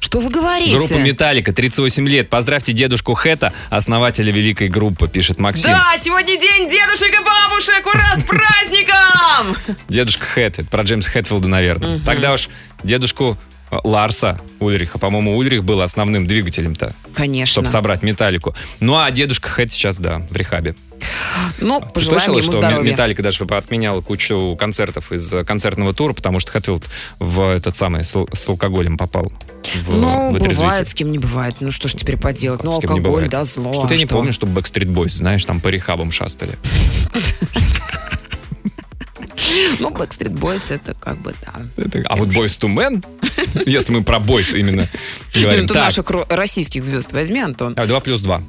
[SPEAKER 4] Что вы говорите?
[SPEAKER 3] Группа «Металлика», 38 лет. Поздравьте дедушку Хэта, основателя великой группы, пишет Максим.
[SPEAKER 4] Да, сегодня день дедушек и бабушек! Ура, с праздником!
[SPEAKER 3] Дедушка Хэт, это про Джеймса Хэтфилда, наверное. Тогда уж дедушку э, Ларса Ульриха, по-моему, Ульрих был основным двигателем-то,
[SPEAKER 4] Конечно.
[SPEAKER 3] чтобы собрать металлику. Ну а дедушка Хэт сейчас, да, в рехабе.
[SPEAKER 4] Ну,
[SPEAKER 3] А Ты
[SPEAKER 4] пожелаем
[SPEAKER 3] слышала,
[SPEAKER 4] ему
[SPEAKER 3] что Ме-
[SPEAKER 4] здоровья.
[SPEAKER 3] металлика даже отменяла кучу концертов из э, концертного тура, потому что Хэтфилд в этот самый с, ал- с алкоголем попал в,
[SPEAKER 4] Ну,
[SPEAKER 3] в отрезвитель.
[SPEAKER 4] бывает, с кем не бывает. Ну, что ж теперь поделать? Ну,
[SPEAKER 3] С кем не
[SPEAKER 4] алкоголь,
[SPEAKER 3] бывает.
[SPEAKER 4] да, зло.
[SPEAKER 3] Что-то
[SPEAKER 4] а
[SPEAKER 3] я не помню, что Backstreet Boys, знаешь, там по рехабам шастали.
[SPEAKER 4] Ну, Backstreet Boys, это как бы, да.
[SPEAKER 3] Это- А вот Boys to Men, если мы про Boys именно
[SPEAKER 4] Ну,
[SPEAKER 3] говорим.
[SPEAKER 4] ты
[SPEAKER 3] Так,
[SPEAKER 4] наших ро- российских звезд возьми, Антон.
[SPEAKER 3] 2 плюс 2.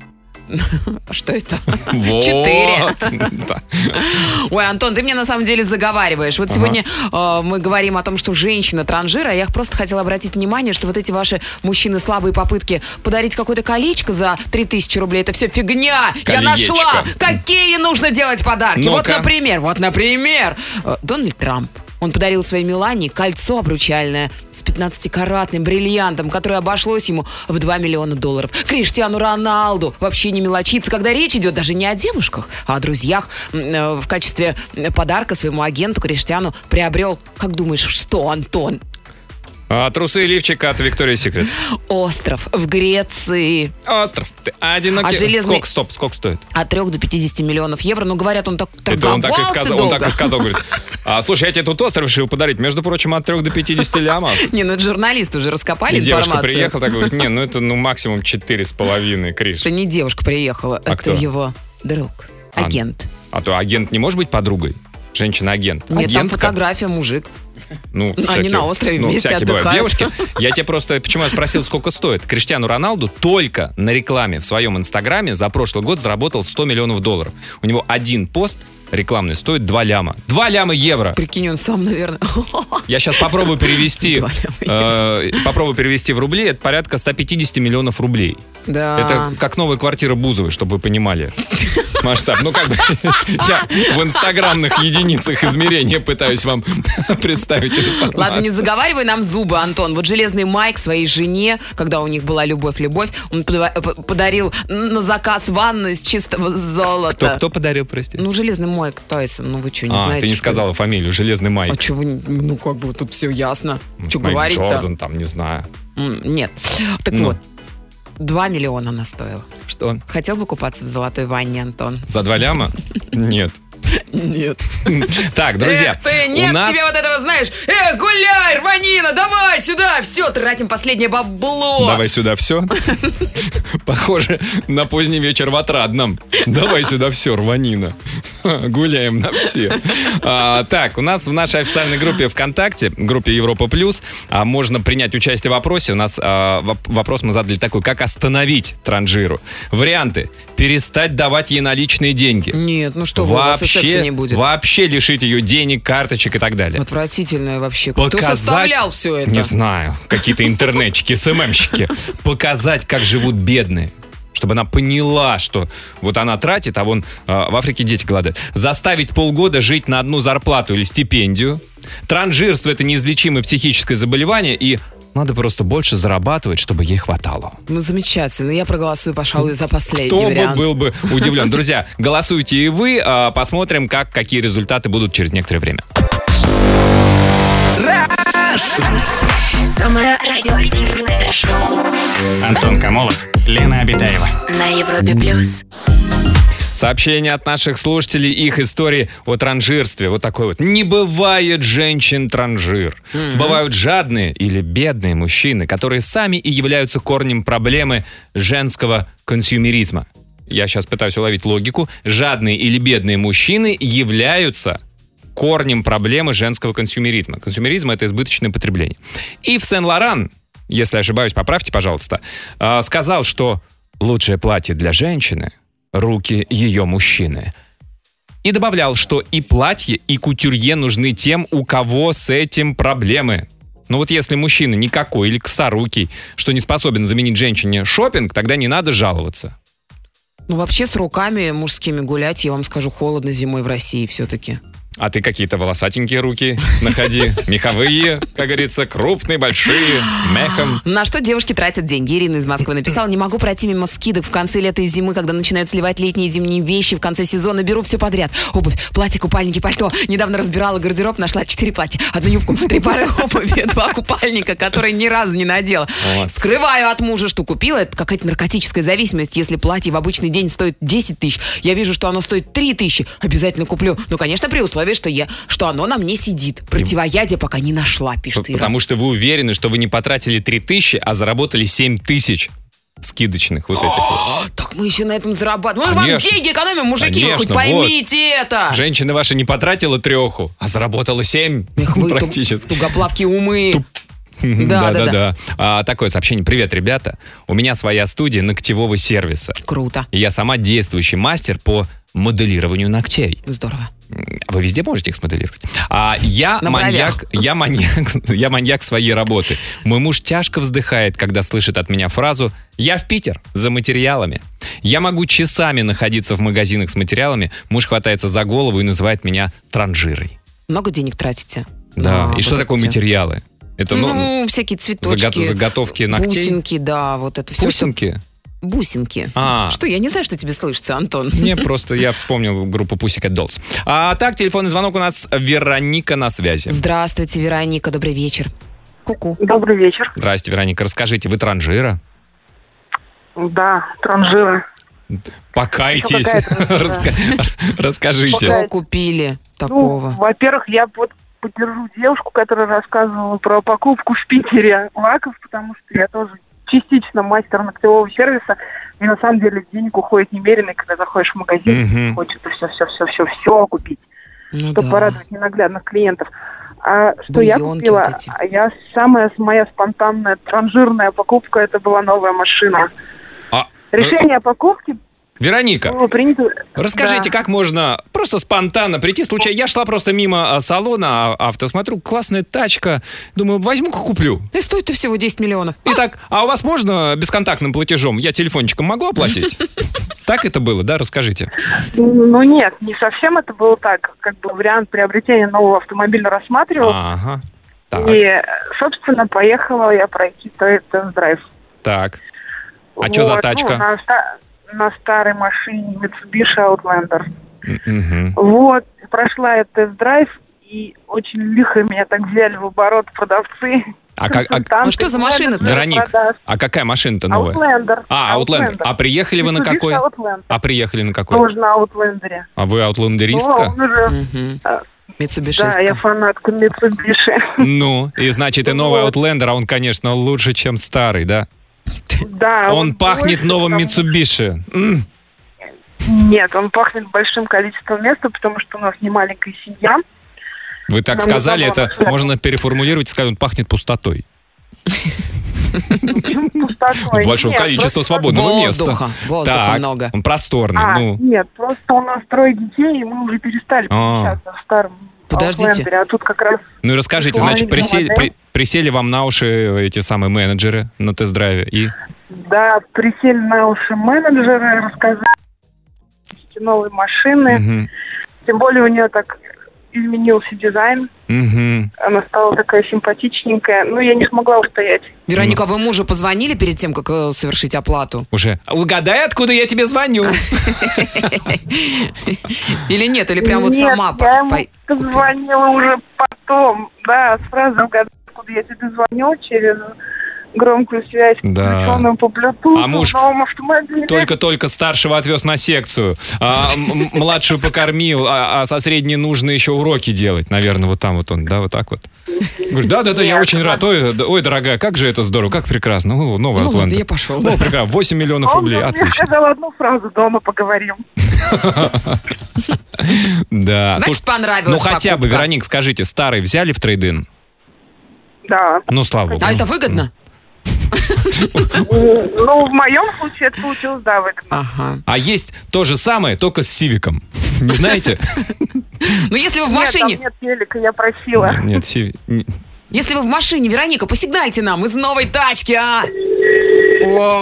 [SPEAKER 4] А Что это? Четыре.
[SPEAKER 3] Четыре.
[SPEAKER 4] Ой, Антон, ты меня на самом деле заговариваешь. Вот сегодня э, мы говорим о том, что женщина транжира. а Я просто хотела обратить внимание, что вот эти ваши мужчины слабые попытки подарить какое-то колечко за 3000 рублей, это все фигня. Я
[SPEAKER 3] Колечко.
[SPEAKER 4] нашла, какие нужно делать подарки. Вот,
[SPEAKER 3] Ну-ка.
[SPEAKER 4] например, вот, например, э, Дональд Трамп. Он подарил своей Милане кольцо обручальное с 15-каратным бриллиантом, которое обошлось ему в 2 миллиона долларов. Криштиану Роналду вообще не мелочится, когда речь идет даже не о девушках, а о друзьях. М, э, В качестве м, подарка своему агенту Криштиану приобрел, как думаешь, что, Антон?
[SPEAKER 3] А, трусы и лифчик от Виктории Секрет.
[SPEAKER 4] Остров в Греции.
[SPEAKER 3] Остров. Ты одинокий.
[SPEAKER 4] А железный-
[SPEAKER 3] Сколько, стоп, сколько стоит?
[SPEAKER 4] От 3 до 50 миллионов евро. Ну, говорят, он так
[SPEAKER 3] Это он так и
[SPEAKER 4] торговался
[SPEAKER 3] сказал. Он
[SPEAKER 4] долго.
[SPEAKER 3] так и сказал, говорит. «А, слушай, я тебе тут остров решил подарить. Между прочим, от 3 до 50 ляма.
[SPEAKER 4] Не, ну это журналисты уже раскопали
[SPEAKER 3] И девушка
[SPEAKER 4] информацию.
[SPEAKER 3] приехала, так говорит, не, ну это ну максимум четыре с половиной, Криш.
[SPEAKER 4] Это не девушка приехала, это
[SPEAKER 3] А кто?
[SPEAKER 4] его друг,
[SPEAKER 3] А,
[SPEAKER 4] агент.
[SPEAKER 3] А то агент не может быть подругой? Женщина-агент.
[SPEAKER 4] Нет, там
[SPEAKER 3] Агентка?
[SPEAKER 4] фотография, мужик.
[SPEAKER 3] Ну,
[SPEAKER 4] Они
[SPEAKER 3] всякие-
[SPEAKER 4] на острове
[SPEAKER 3] ну,
[SPEAKER 4] вместе
[SPEAKER 3] всякие бывают.
[SPEAKER 4] отдыхают.
[SPEAKER 3] Девушки, я тебе просто, почему я спросил, сколько стоит. Криштиану Роналду только на рекламе в своем инстаграме за прошлый год заработал 100 миллионов долларов. У него один пост рекламный стоит 2 ляма. 2 ляма евро.
[SPEAKER 4] Прикинь, он сам, наверное.
[SPEAKER 3] Я сейчас попробую перевести,
[SPEAKER 4] Два
[SPEAKER 3] э, попробую перевести в рубли. Это порядка 150 миллионов рублей.
[SPEAKER 4] Да.
[SPEAKER 3] Это как новая квартира Бузовой, чтобы вы понимали масштаб. Ну, как бы я в инстаграмных единицах измерения пытаюсь вам представить. эту информацию.
[SPEAKER 4] Ладно, не заговаривай нам зубы, Антон. Вот железный Майк своей жене, когда у них была любовь-любовь, он подва- э, подарил на заказ ванну из чистого золота.
[SPEAKER 3] Кто, кто подарил, прости?
[SPEAKER 4] Ну, железный Майк Тайсон, ну вы что, не
[SPEAKER 3] а,
[SPEAKER 4] знаете?
[SPEAKER 3] ты не
[SPEAKER 4] что ли?
[SPEAKER 3] сказала фамилию, Железный
[SPEAKER 4] А
[SPEAKER 3] Майк.
[SPEAKER 4] чего, вы не- ну как бы тут все ясно. Что
[SPEAKER 3] Майк
[SPEAKER 4] говорить-то?
[SPEAKER 3] Джордан, там, не знаю.
[SPEAKER 4] М, Нет. Так
[SPEAKER 3] Ну.
[SPEAKER 4] вот, 2 миллиона она стоила.
[SPEAKER 3] Что?
[SPEAKER 4] Хотел бы купаться в золотой ванне, Антон?
[SPEAKER 3] За два ляма? Нет.
[SPEAKER 4] Нет.
[SPEAKER 3] Так, друзья,
[SPEAKER 4] Эх ты,
[SPEAKER 3] у
[SPEAKER 4] нет
[SPEAKER 3] нас...
[SPEAKER 4] тебе вот этого, знаешь, эх, гуляй, рванина, давай сюда, все, тратим последнее бабло.
[SPEAKER 3] Давай сюда все. Похоже на поздний вечер в Отрадном. Давай сюда все, рванина. Гуляем на все. А, так, у нас в нашей официальной группе ВКонтакте, группе Европа Плюс, а, можно принять участие в вопросе. У нас а, воп- вопрос мы задали такой, как остановить транжиру. Варианты. Перестать давать ей наличные деньги.
[SPEAKER 4] Нет, ну что, вы, у вас и секса
[SPEAKER 3] Вообще,
[SPEAKER 4] не будет.
[SPEAKER 3] вообще лишить ее денег, карточек и так далее.
[SPEAKER 4] Отвратительное вообще. Кто
[SPEAKER 3] Показать-
[SPEAKER 4] составлял все это?
[SPEAKER 3] Не знаю. Какие-то интернетчики, СММщики. Показать, как живут бедные. Чтобы она поняла, что вот она тратит, а вон э, в Африке дети голодают. Заставить полгода жить на одну зарплату или стипендию. Транжирство – это неизлечимое психическое заболевание, и надо просто больше зарабатывать, чтобы ей хватало.
[SPEAKER 4] Ну, замечательно. Я проголосую, пожалуй, за последний
[SPEAKER 3] Кто бы
[SPEAKER 4] вариант.
[SPEAKER 3] был бы удивлен. Друзья, голосуйте и вы. а, Посмотрим, как, какие результаты будут через некоторое время.
[SPEAKER 2] Самое радиоактивное шоу
[SPEAKER 5] Антон Камолов, Лена Обитаева.
[SPEAKER 2] на Европе плюс.
[SPEAKER 3] Сообщения от наших слушателей, их истории о транжирстве. Вот такой вот. Не бывает женщин-транжир. Бывают жадные или бедные мужчины, которые сами и являются корнем проблемы женского консюмеризма. Я сейчас пытаюсь уловить логику. Жадные или бедные мужчины являются корнем проблемы женского консюмеризма. Консюмеризм — это избыточное потребление. Ив Сен-Лоран, если ошибаюсь, поправьте, пожалуйста, э, сказал, что лучшее платье для женщины — руки ее мужчины. И добавлял, что и платье, и кутюрье нужны тем, у кого с этим проблемы. Но вот если мужчина никакой или косорукий, что не способен заменить женщине шопинг, тогда не надо жаловаться.
[SPEAKER 4] Ну, вообще, с руками мужскими гулять, я вам скажу, холодно зимой в России все-таки.
[SPEAKER 3] А ты какие-то волосатенькие руки находи, меховые, как говорится, крупные, большие, с мехом.
[SPEAKER 4] На что девушки тратят деньги? Ирина из Москвы написала, не могу пройти мимо скидок в конце лета и зимы, когда начинают сливать летние и зимние вещи, в конце сезона беру все подряд. Обувь, платье, купальники, пальто. Недавно разбирала гардероб, нашла четыре платья, одну юбку, три пары обуви, два купальника, которые ни разу не надела.
[SPEAKER 3] Вот.
[SPEAKER 4] Скрываю от мужа, что купила. Это какая-то наркотическая зависимость. Если платье в обычный день стоит 10 тысяч, я вижу, что оно стоит 3 тысячи, обязательно куплю. Но, конечно, при условии, что, я, что оно на мне сидит. Противоядие пока не нашла, пишет Ира.
[SPEAKER 3] Потому что вы уверены, что вы не потратили 3000, а заработали 7000 скидочных вот этих вот.
[SPEAKER 4] Так мы еще на этом зарабатываем. Мы вам
[SPEAKER 3] Конечно.
[SPEAKER 4] деньги экономим, мужики, вы
[SPEAKER 3] Конечно,
[SPEAKER 4] хоть
[SPEAKER 3] вот.
[SPEAKER 4] поймите это.
[SPEAKER 3] Женщина ваша не потратила треху, а заработала 7
[SPEAKER 4] Эх, вы ту-
[SPEAKER 3] практически.
[SPEAKER 4] тугоплавкие умы. Да,
[SPEAKER 3] Да, да,
[SPEAKER 4] да,
[SPEAKER 3] да. А, Такое сообщение. Привет, ребята. У меня своя студия ногтевого сервиса.
[SPEAKER 4] Круто.
[SPEAKER 3] И я сама действующий мастер по моделированию ногтей.
[SPEAKER 4] Здорово.
[SPEAKER 3] А Вы везде можете их смоделировать. А я
[SPEAKER 4] На
[SPEAKER 3] маньяк, я маньяк, я маньяк своей работы. Мой муж тяжко вздыхает, когда слышит от меня фразу «Я в Питер за материалами». Я могу часами находиться в магазинах с материалами. Муж хватается за голову и называет меня транжирой.
[SPEAKER 4] Много денег тратите?
[SPEAKER 3] Да.
[SPEAKER 4] на
[SPEAKER 3] и что
[SPEAKER 4] вот
[SPEAKER 3] такое
[SPEAKER 4] это всё?
[SPEAKER 3] материалы? Это ну,
[SPEAKER 4] Ну, всякие цветочки.
[SPEAKER 3] заго- заготовки ногтей.
[SPEAKER 4] Бусинки, да, вот это все.
[SPEAKER 3] Пусинки?
[SPEAKER 4] Бусинки.
[SPEAKER 3] А.
[SPEAKER 4] Что, я не знаю, что тебе слышится, Антон.
[SPEAKER 3] Мне просто я вспомнил группу Pussycat Dolls. А так телефонный звонок у нас Вероника на связи.
[SPEAKER 4] Здравствуйте, Вероника, добрый вечер. Ку-ку.
[SPEAKER 9] Добрый вечер.
[SPEAKER 3] Здрасте, Вероника. Расскажите, вы транжира?
[SPEAKER 9] Да, транжира.
[SPEAKER 3] Покайтесь.
[SPEAKER 9] Еще какая транжира?
[SPEAKER 3] Раска- Расскажите.
[SPEAKER 4] Что купили
[SPEAKER 9] Ну,
[SPEAKER 4] такого?
[SPEAKER 9] во-первых, я вот поддержу девушку, которая рассказывала про покупку в Питере лаков, потому что я тоже частично мастер ногтевого сервиса, и на самом деле денег уходит немерено, и когда заходишь в магазин,
[SPEAKER 3] Мгм.
[SPEAKER 9] хочется все-все-все-все купить,
[SPEAKER 4] Ну
[SPEAKER 9] чтобы
[SPEAKER 4] да.
[SPEAKER 9] порадовать ненаглядных клиентов. А что я
[SPEAKER 4] Бульонки
[SPEAKER 9] купила?
[SPEAKER 4] вот эти.
[SPEAKER 9] А Я самая моя спонтанная транжирная покупка это была новая машина.
[SPEAKER 3] А,
[SPEAKER 9] Решение о покупке
[SPEAKER 3] Вероника,
[SPEAKER 9] было принято.
[SPEAKER 3] расскажите,
[SPEAKER 9] Да.
[SPEAKER 3] как можно просто спонтанно прийти. Случайно, я шла просто мимо а, салона а, авто, смотрю, классная тачка. Думаю, возьму-ка куплю.
[SPEAKER 4] И стоит-то всего 10 миллионов.
[SPEAKER 3] И так, а у вас можно бесконтактным платежом? Я телефончиком могу оплатить? Так это было, да? Расскажите.
[SPEAKER 9] Ну нет, не совсем это было так. Как бы вариант приобретения нового автомобиля рассматривал.
[SPEAKER 3] Ага. Так,
[SPEAKER 9] И, собственно, поехала я пройти той- тест-драйв.
[SPEAKER 3] так. А чё за
[SPEAKER 9] Вот, ну,
[SPEAKER 3] тачка?
[SPEAKER 9] на, ста- на старой машине Mitsubishi Outlander.
[SPEAKER 3] М, мгм.
[SPEAKER 9] Вот, прошла я тест-драйв, и очень лихо меня так взяли в оборот продавцы.
[SPEAKER 3] А как- а-
[SPEAKER 9] консультанты,
[SPEAKER 4] а что за машина-то?
[SPEAKER 9] менеджеры
[SPEAKER 3] Вероник.
[SPEAKER 9] продаж.
[SPEAKER 3] А какая машина-то новая?
[SPEAKER 9] Outlander.
[SPEAKER 3] А, Outlander. А приехали вы на
[SPEAKER 9] Mitsubishi
[SPEAKER 3] какой?
[SPEAKER 9] Outlander.
[SPEAKER 3] А приехали на какой?
[SPEAKER 9] Тоже на Outlander.
[SPEAKER 3] А вы аутлендеристка?
[SPEAKER 4] Мгм.
[SPEAKER 9] А,
[SPEAKER 4] Митсубишистка.
[SPEAKER 9] Да, я фанатка Mitsubishi.
[SPEAKER 3] Ну, и значит, и новый
[SPEAKER 9] Вот.
[SPEAKER 3] Outlander, а он, конечно, лучше, чем старый, да?
[SPEAKER 9] Да.
[SPEAKER 3] Он пахнет
[SPEAKER 9] А больше,
[SPEAKER 3] новым
[SPEAKER 9] потому-
[SPEAKER 3] Mitsubishi. М,
[SPEAKER 9] Нет, он пахнет большим количеством места, потому что у нас не маленькая семья.
[SPEAKER 3] Вы так
[SPEAKER 9] Нам
[SPEAKER 3] сказали,
[SPEAKER 9] не
[SPEAKER 3] это
[SPEAKER 9] понравилось.
[SPEAKER 3] можно переформулировать и сказать, он пахнет пустотой.
[SPEAKER 9] Почему пустотой?
[SPEAKER 3] Большое
[SPEAKER 9] Нет,
[SPEAKER 3] количество
[SPEAKER 9] просто-
[SPEAKER 3] свободного места.
[SPEAKER 4] Воздуха. Воздуха
[SPEAKER 3] ну, Так,
[SPEAKER 4] много.
[SPEAKER 3] он просторный,
[SPEAKER 9] А,
[SPEAKER 3] ну.
[SPEAKER 9] нет, просто у нас трое детей, и мы уже перестали
[SPEAKER 3] А.
[SPEAKER 9] перемещаться в старом
[SPEAKER 4] Подождите.
[SPEAKER 9] Outlander, а тут как раз
[SPEAKER 3] Ну и расскажите,
[SPEAKER 9] Ой,
[SPEAKER 3] значит, присели,
[SPEAKER 9] молодец.
[SPEAKER 3] при- присели вам на уши эти самые менеджеры на тест-драйве и...
[SPEAKER 9] Да, присели на уши менеджеры, рассказали эти новые машины.
[SPEAKER 3] Мгм.
[SPEAKER 9] Тем более у нее так изменился дизайн.
[SPEAKER 3] Мгм.
[SPEAKER 9] Она стала такая симпатичненькая. Ну, я не смогла устоять.
[SPEAKER 4] Вероника, а вы мужу позвонили перед тем, как э, совершить оплату?
[SPEAKER 3] Уже. Угадай, откуда я тебе звоню.
[SPEAKER 4] Или нет? Или прям вот
[SPEAKER 9] Нет,
[SPEAKER 4] сама? по-
[SPEAKER 9] я ему
[SPEAKER 4] по-
[SPEAKER 9] позвонила уже потом. Да, сразу угадала, откуда я тебе звоню, через громкую связь,
[SPEAKER 3] Да.
[SPEAKER 9] включенную по Bluetooth,
[SPEAKER 3] А муж
[SPEAKER 9] в новом автомобиле.
[SPEAKER 3] Только-только старшего отвез на секцию, а, м- м- младшую покормил, а, а со средней нужно еще уроки делать. Наверное, вот там вот он, да, вот так вот. Говорю, да-да-да, я
[SPEAKER 9] Нет,
[SPEAKER 3] очень рад. Ой, да- ой, дорогая, как же это здорово, как прекрасно. Ну, новый
[SPEAKER 4] Ну ладно,
[SPEAKER 3] Outlander.
[SPEAKER 4] я пошел.
[SPEAKER 3] Ну, прекрасно, 8 миллионов
[SPEAKER 9] Он
[SPEAKER 3] рублей,
[SPEAKER 9] мне
[SPEAKER 3] отлично.
[SPEAKER 9] сказал одну фразу, дома поговорим.
[SPEAKER 3] Да.
[SPEAKER 4] Значит,
[SPEAKER 3] Слушай,
[SPEAKER 4] понравилось.
[SPEAKER 3] ну хотя бы,
[SPEAKER 4] А покупка.
[SPEAKER 3] Вероник, скажите, старый взяли в трейдин?
[SPEAKER 9] Да.
[SPEAKER 3] Ну, слава богу.
[SPEAKER 4] А это выгодно?
[SPEAKER 9] Ну, в моем случае это получилось, да, выгодно.
[SPEAKER 4] Ага.
[SPEAKER 3] А есть то же самое, только с Сивиком. Не знаете?
[SPEAKER 4] Ну если вы в
[SPEAKER 9] Нет,
[SPEAKER 4] машине,
[SPEAKER 9] там нет велика, я просила.
[SPEAKER 3] Нет, Сивик. не-
[SPEAKER 4] если вы в машине, Вероника, посигнальте нам из новой тачки, а! О,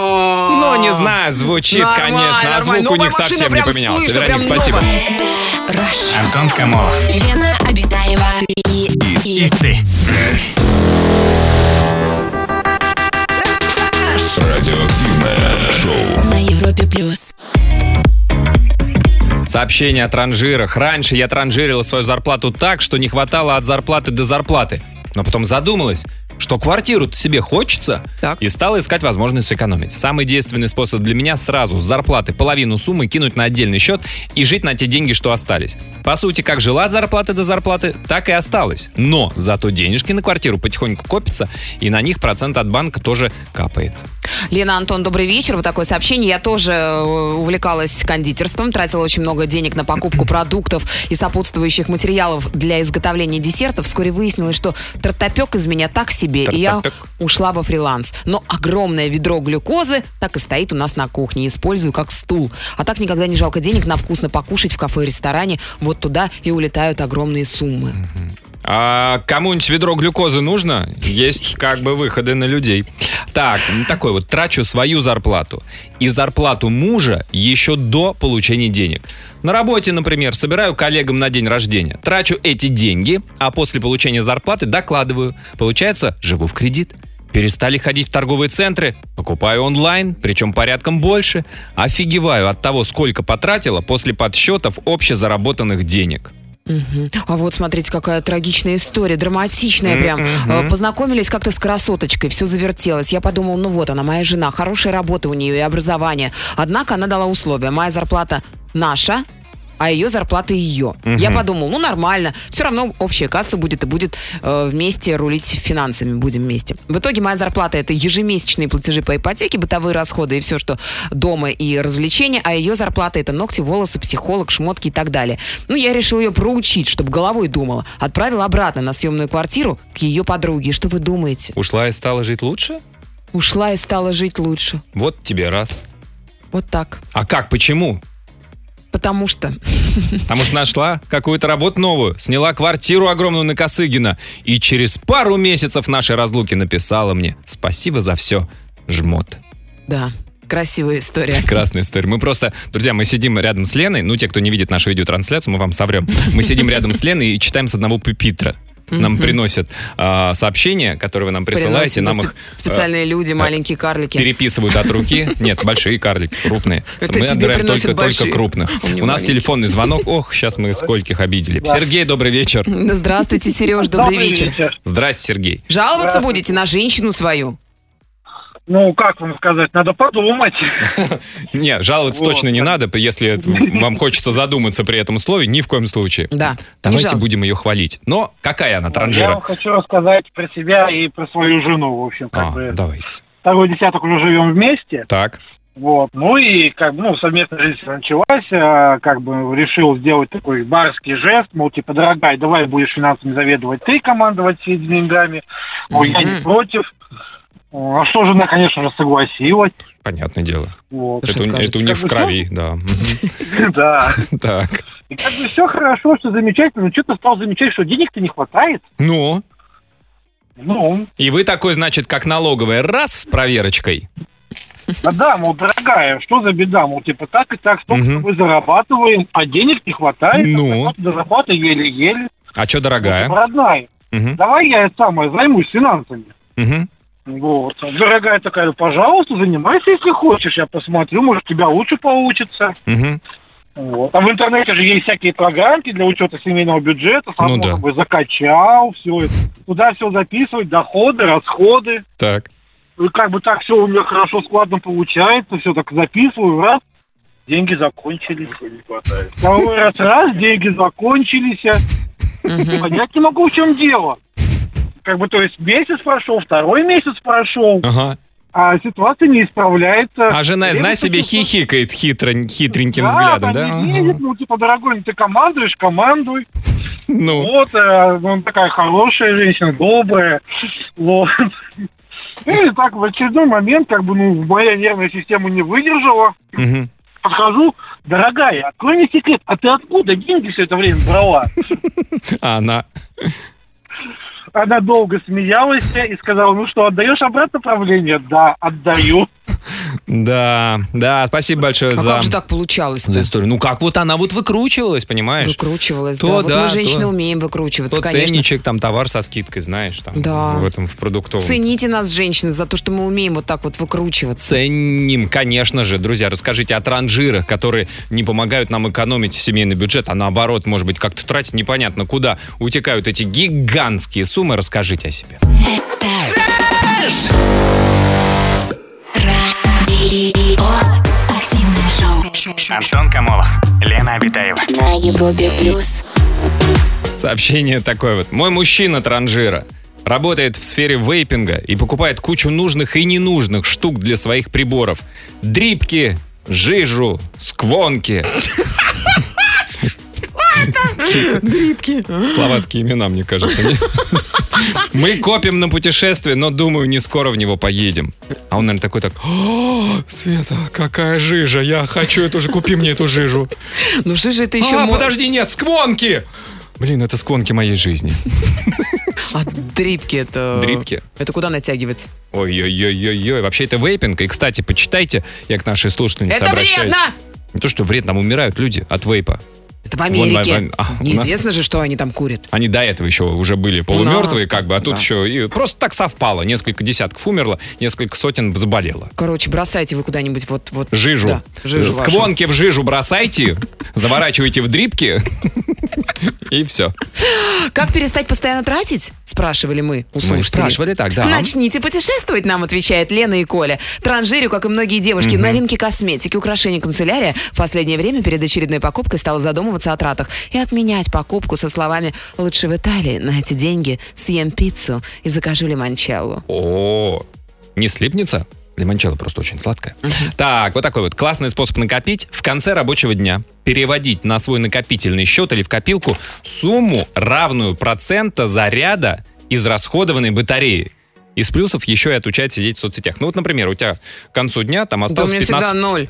[SPEAKER 3] Ну, не знаю, звучит,
[SPEAKER 4] Нормально,
[SPEAKER 3] конечно, а
[SPEAKER 4] нормально.
[SPEAKER 3] звук у
[SPEAKER 4] Новая
[SPEAKER 3] них
[SPEAKER 4] машина
[SPEAKER 3] совсем не
[SPEAKER 4] прям
[SPEAKER 3] поменялся.
[SPEAKER 4] слышно,
[SPEAKER 3] Вероник,
[SPEAKER 4] прям
[SPEAKER 3] спасибо.
[SPEAKER 4] новая.
[SPEAKER 5] Антон Камолов.
[SPEAKER 2] Лена Обитаева и, и,
[SPEAKER 5] И ты.
[SPEAKER 1] Радиоактивное шоу.
[SPEAKER 2] на Европе плюс.
[SPEAKER 3] Сообщение о транжирах. Раньше я транжирила свою зарплату так, что не хватало от зарплаты до зарплаты. Но потом задумалась, что квартиру себе хочется,
[SPEAKER 4] Так.
[SPEAKER 3] и стала искать возможность сэкономить. Самый действенный способ для меня сразу с зарплаты половину суммы кинуть на отдельный счет и жить на те деньги, что остались. По сути, как жила от зарплаты до зарплаты, так и осталось. Но зато денежки на квартиру потихоньку копятся, и на них процент от банка тоже капает.
[SPEAKER 4] Лена, Антон, добрый вечер. Вот такое сообщение. Я тоже э, увлекалась кондитерством, тратила очень много денег на покупку продуктов и сопутствующих материалов для изготовления десертов. Вскоре выяснилось, что тортопек из меня так себе, и я
[SPEAKER 3] Тартопёк.
[SPEAKER 4] ушла во фриланс. Но огромное ведро глюкозы так и стоит у нас на кухне. Использую как стул. А так никогда не жалко денег на вкусно покушать в кафе и ресторане. Вот туда и улетают огромные суммы.
[SPEAKER 3] А кому-нибудь ведро глюкозы нужно? Есть как бы выходы на людей. Так, ну, такой вот, трачу свою зарплату и зарплату мужа еще до получения денег. На работе, например, собираю коллегам на день рождения, трачу эти деньги, а после получения зарплаты докладываю. Получается, живу в кредит. Перестали ходить в торговые центры, покупаю онлайн, причем порядком больше. Офигеваю от того, сколько потратила после подсчетов общезаработанных денег.
[SPEAKER 4] Мгм. А вот смотрите, какая трагичная история, драматичная прям. Э, Познакомились как-то с красоточкой, все завертелось. Я подумал, ну вот она, моя жена, хорошая работа у нее и образование. Однако она дала условия. Моя зарплата наша, а ее зарплата ее. Я подумал, ну нормально, все равно общая касса будет и будет э, вместе рулить финансами, будем вместе. В итоге моя зарплата это ежемесячные платежи по ипотеке, бытовые расходы и все, что дома и развлечения, а ее зарплата это ногти, волосы, психолог, шмотки и так далее. Ну, я решил ее проучить, чтобы головой думала. Отправил обратно на съемную квартиру к ее подруге. И Что вы думаете?
[SPEAKER 3] Ушла и стала жить лучше?
[SPEAKER 4] Ушла и стала жить лучше.
[SPEAKER 3] Вот тебе раз.
[SPEAKER 4] Вот так.
[SPEAKER 3] А как? Почему?
[SPEAKER 4] Потому что
[SPEAKER 3] Потому что нашла какую-то работу новую, сняла квартиру огромную на Косыгина и через пару месяцев нашей разлуки написала мне «Спасибо за все, жмот».
[SPEAKER 4] Да, красивая история.
[SPEAKER 3] Прекрасная история. Мы просто, друзья, мы сидим рядом с Леной. Ну, те, кто не видит нашу видеотрансляцию, мы вам соврем. Мы сидим рядом с Леной и читаем с одного пюпитра. Нам приносят а, сообщения, которые вы нам присылаете,
[SPEAKER 4] Приносим,
[SPEAKER 3] нам
[SPEAKER 4] да,
[SPEAKER 3] их э,
[SPEAKER 4] спе- Специальные люди, маленькие карлики.
[SPEAKER 3] переписывают от руки. Нет, большие карлики, крупные.
[SPEAKER 4] Это
[SPEAKER 3] Мы
[SPEAKER 4] тебе
[SPEAKER 3] отбираем
[SPEAKER 4] приносят
[SPEAKER 3] только, только
[SPEAKER 4] большие.
[SPEAKER 3] крупных.
[SPEAKER 4] У меня
[SPEAKER 3] У нас
[SPEAKER 4] маленькие.
[SPEAKER 3] телефонный звонок. Ох, сейчас мы скольких обидели. Сергей, добрый вечер.
[SPEAKER 4] Да Здравствуйте, Сереж, добрый вечер.
[SPEAKER 3] Здрасте, Сергей.
[SPEAKER 4] Жаловаться будете на женщину свою?
[SPEAKER 10] Ну, как вам сказать, надо подумать.
[SPEAKER 3] Не, жаловаться
[SPEAKER 10] Вот.
[SPEAKER 3] точно не надо, если это вам хочется задуматься при этом слове, ни в коем случае.
[SPEAKER 4] Да.
[SPEAKER 3] Давайте
[SPEAKER 4] жалко.
[SPEAKER 3] будем ее хвалить. Но какая она,
[SPEAKER 10] Ну, Я вам
[SPEAKER 3] транжира?
[SPEAKER 10] хочу рассказать про себя и про свою жену, в общем, как
[SPEAKER 3] А,
[SPEAKER 10] бы.
[SPEAKER 3] давайте.
[SPEAKER 10] Второй десяток уже живем вместе,
[SPEAKER 3] Так.
[SPEAKER 10] вот. Ну и как бы, ну, совместная жизнь началась, а, как бы решил сделать такой барский жест, мол, типа, дорогая, давай будешь финансами заведовать ты, командовать всеми деньгами. Ну, я не
[SPEAKER 4] Мгм.
[SPEAKER 10] против. А что жена, конечно же, согласилась.
[SPEAKER 3] Понятное дело.
[SPEAKER 10] Вот.
[SPEAKER 4] Слушай,
[SPEAKER 3] Это, у-
[SPEAKER 4] это
[SPEAKER 3] это у них в крови, да. Мгм.
[SPEAKER 10] Да.
[SPEAKER 3] Так.
[SPEAKER 10] И как бы все хорошо, все замечательно, но что-то стал замечать, что денег-то не хватает.
[SPEAKER 3] Ну,
[SPEAKER 10] Ну,
[SPEAKER 3] и вы такой, значит, как налоговая, раз с проверочкой.
[SPEAKER 10] А Да, мол, дорогая, что за беда? Мол, типа так и так столько
[SPEAKER 3] Мгм.
[SPEAKER 10] мы зарабатываем, а денег не хватает.
[SPEAKER 3] Ну.
[SPEAKER 10] а зарплата до зарплаты еле-еле.
[SPEAKER 3] А что,
[SPEAKER 10] Ну,
[SPEAKER 3] дорогая?
[SPEAKER 10] типа, родная,
[SPEAKER 3] Мгм,
[SPEAKER 10] давай я это самое займусь финансами.
[SPEAKER 3] мгм.
[SPEAKER 10] Вот. Дорогая такая, «Ну, пожалуйста, занимайся, если хочешь. Я посмотрю, может, у тебя лучше получится.
[SPEAKER 3] Мгм.
[SPEAKER 10] Вот. А в интернете же есть всякие программки для учета семейного бюджета. Сам
[SPEAKER 3] Ну
[SPEAKER 10] ну,
[SPEAKER 3] да.
[SPEAKER 10] собой закачал, все это. Туда все записывать, доходы, расходы.
[SPEAKER 3] Так.
[SPEAKER 10] Ну, и как бы так все у меня хорошо, складно получается, все так записываю, раз, деньги закончились. Второй раз, раз, деньги закончились. Ну,
[SPEAKER 4] Мгм.
[SPEAKER 10] Понять не могу, в чем дело. Как бы, то есть, месяц прошел, второй месяц прошел,
[SPEAKER 3] Ага.
[SPEAKER 10] а ситуация не исправляется.
[SPEAKER 3] А жена,
[SPEAKER 10] Время
[SPEAKER 3] знай себе,
[SPEAKER 10] чувствую-
[SPEAKER 3] хихикает хитрон- хитреньким
[SPEAKER 10] Да,
[SPEAKER 3] взглядом, да?
[SPEAKER 10] там не видит,
[SPEAKER 3] Ага.
[SPEAKER 10] ну, типа, дорогой, ну, ты командуешь, командуй.
[SPEAKER 3] Ну,
[SPEAKER 10] Вот, э, ну, такая хорошая женщина, добрая. Вот. Ну, и так в очередной момент, как бы, ну, моя нервная система не выдержала.
[SPEAKER 3] мгм.
[SPEAKER 10] подхожу, дорогая, открой мне секрет, а ты откуда деньги все это время брала?
[SPEAKER 3] А она...
[SPEAKER 10] Она долго смеялась и сказала, ну что, отдаешь обратно правление? Да, отдаю.
[SPEAKER 3] Да, да, спасибо большое
[SPEAKER 4] А
[SPEAKER 3] за...
[SPEAKER 4] как же так получалось?
[SPEAKER 3] за историю. Ну как вот она вот выкручивалась, понимаешь?
[SPEAKER 4] Выкручивалась,
[SPEAKER 3] То
[SPEAKER 4] да. Вот
[SPEAKER 3] да,
[SPEAKER 4] мы, женщины,
[SPEAKER 3] то-
[SPEAKER 4] умеем выкручиваться,
[SPEAKER 3] Тот
[SPEAKER 4] конечно.
[SPEAKER 3] ценничек, там товар со скидкой, знаешь, там
[SPEAKER 4] Да.
[SPEAKER 3] в этом в продуктовом.
[SPEAKER 4] Цените нас, женщины, за то, что мы умеем вот так вот выкручиваться.
[SPEAKER 3] Ценим, конечно же, друзья, расскажите о транжирах, которые не помогают нам экономить семейный бюджет, а наоборот, может быть, как-то тратить непонятно куда. Утекают эти гигантские суммы, расскажите о себе.
[SPEAKER 2] Это радио. Активное шоу
[SPEAKER 5] Антон Камолов, Лена Обитаева.
[SPEAKER 2] на Европе плюс.
[SPEAKER 3] Сообщение такое вот. Мой мужчина транжира. Работает в сфере вейпинга и покупает кучу нужных и ненужных штук для своих приборов. Дрипки, жижу, сквонки. Дрипки. Словацкие имена, мне кажется. не? Мы копим на путешествие, но, думаю, не скоро в него поедем. А он, наверное, такой так, «О, Света, какая жижа, я хочу эту же, купи мне эту жижу.
[SPEAKER 4] Ну что же это еще...
[SPEAKER 3] А,
[SPEAKER 4] мо-
[SPEAKER 3] подожди, нет, сквонки! Блин, это сквонки моей жизни.
[SPEAKER 4] А дрипки это... э,
[SPEAKER 3] Дрипки.
[SPEAKER 4] Это куда натягивать?
[SPEAKER 3] Ой-ой-ой-ой-ой. Вообще, это вейпинг. И, кстати, почитайте, я к нашей слушательнице
[SPEAKER 4] это
[SPEAKER 3] обращаюсь.
[SPEAKER 4] вредно!
[SPEAKER 3] Не то, что вред, там умирают люди от вейпа.
[SPEAKER 4] Это в Америке.
[SPEAKER 3] Вон, вон, вон. А, у нас-
[SPEAKER 4] Неизвестно же, что они там курят.
[SPEAKER 3] Они до этого еще уже были полумертвые,
[SPEAKER 4] У нас
[SPEAKER 3] как бы, а тут
[SPEAKER 4] Ну, да.
[SPEAKER 3] еще и просто так совпало. Несколько десятков умерло, несколько сотен заболело.
[SPEAKER 4] Короче, бросайте вы куда-нибудь вот... вот
[SPEAKER 3] Жижу.
[SPEAKER 4] Да, жижу вашу.
[SPEAKER 3] Сквонки в жижу бросайте, заворачивайте в дрипки И все.
[SPEAKER 4] Как перестать постоянно тратить? Спрашивали мы у
[SPEAKER 3] Мы
[SPEAKER 4] слушателей.
[SPEAKER 3] спрашивали так, да.
[SPEAKER 4] Начните путешествовать, нам отвечает Лена и Коля. Транжирю, как и многие девушки, новинки косметики, украшения канцелярия. В последнее время перед очередной покупкой стала задумываться о тратах и отменять покупку со словами «Лучше в Италии на эти деньги съем пиццу и закажу лимончеллу».
[SPEAKER 3] О, не слипнется? Лимончелло просто очень сладкое. Так, вот такой вот классный способ накопить. В конце рабочего дня переводить на свой накопительный счет или в копилку сумму, равную процента заряда израсходованной батареи. Из плюсов еще и отучать сидеть в соцсетях. Ну вот, например, у тебя к концу дня там
[SPEAKER 4] Да у
[SPEAKER 3] осталось
[SPEAKER 4] меня
[SPEAKER 3] 15...
[SPEAKER 4] всегда ноль.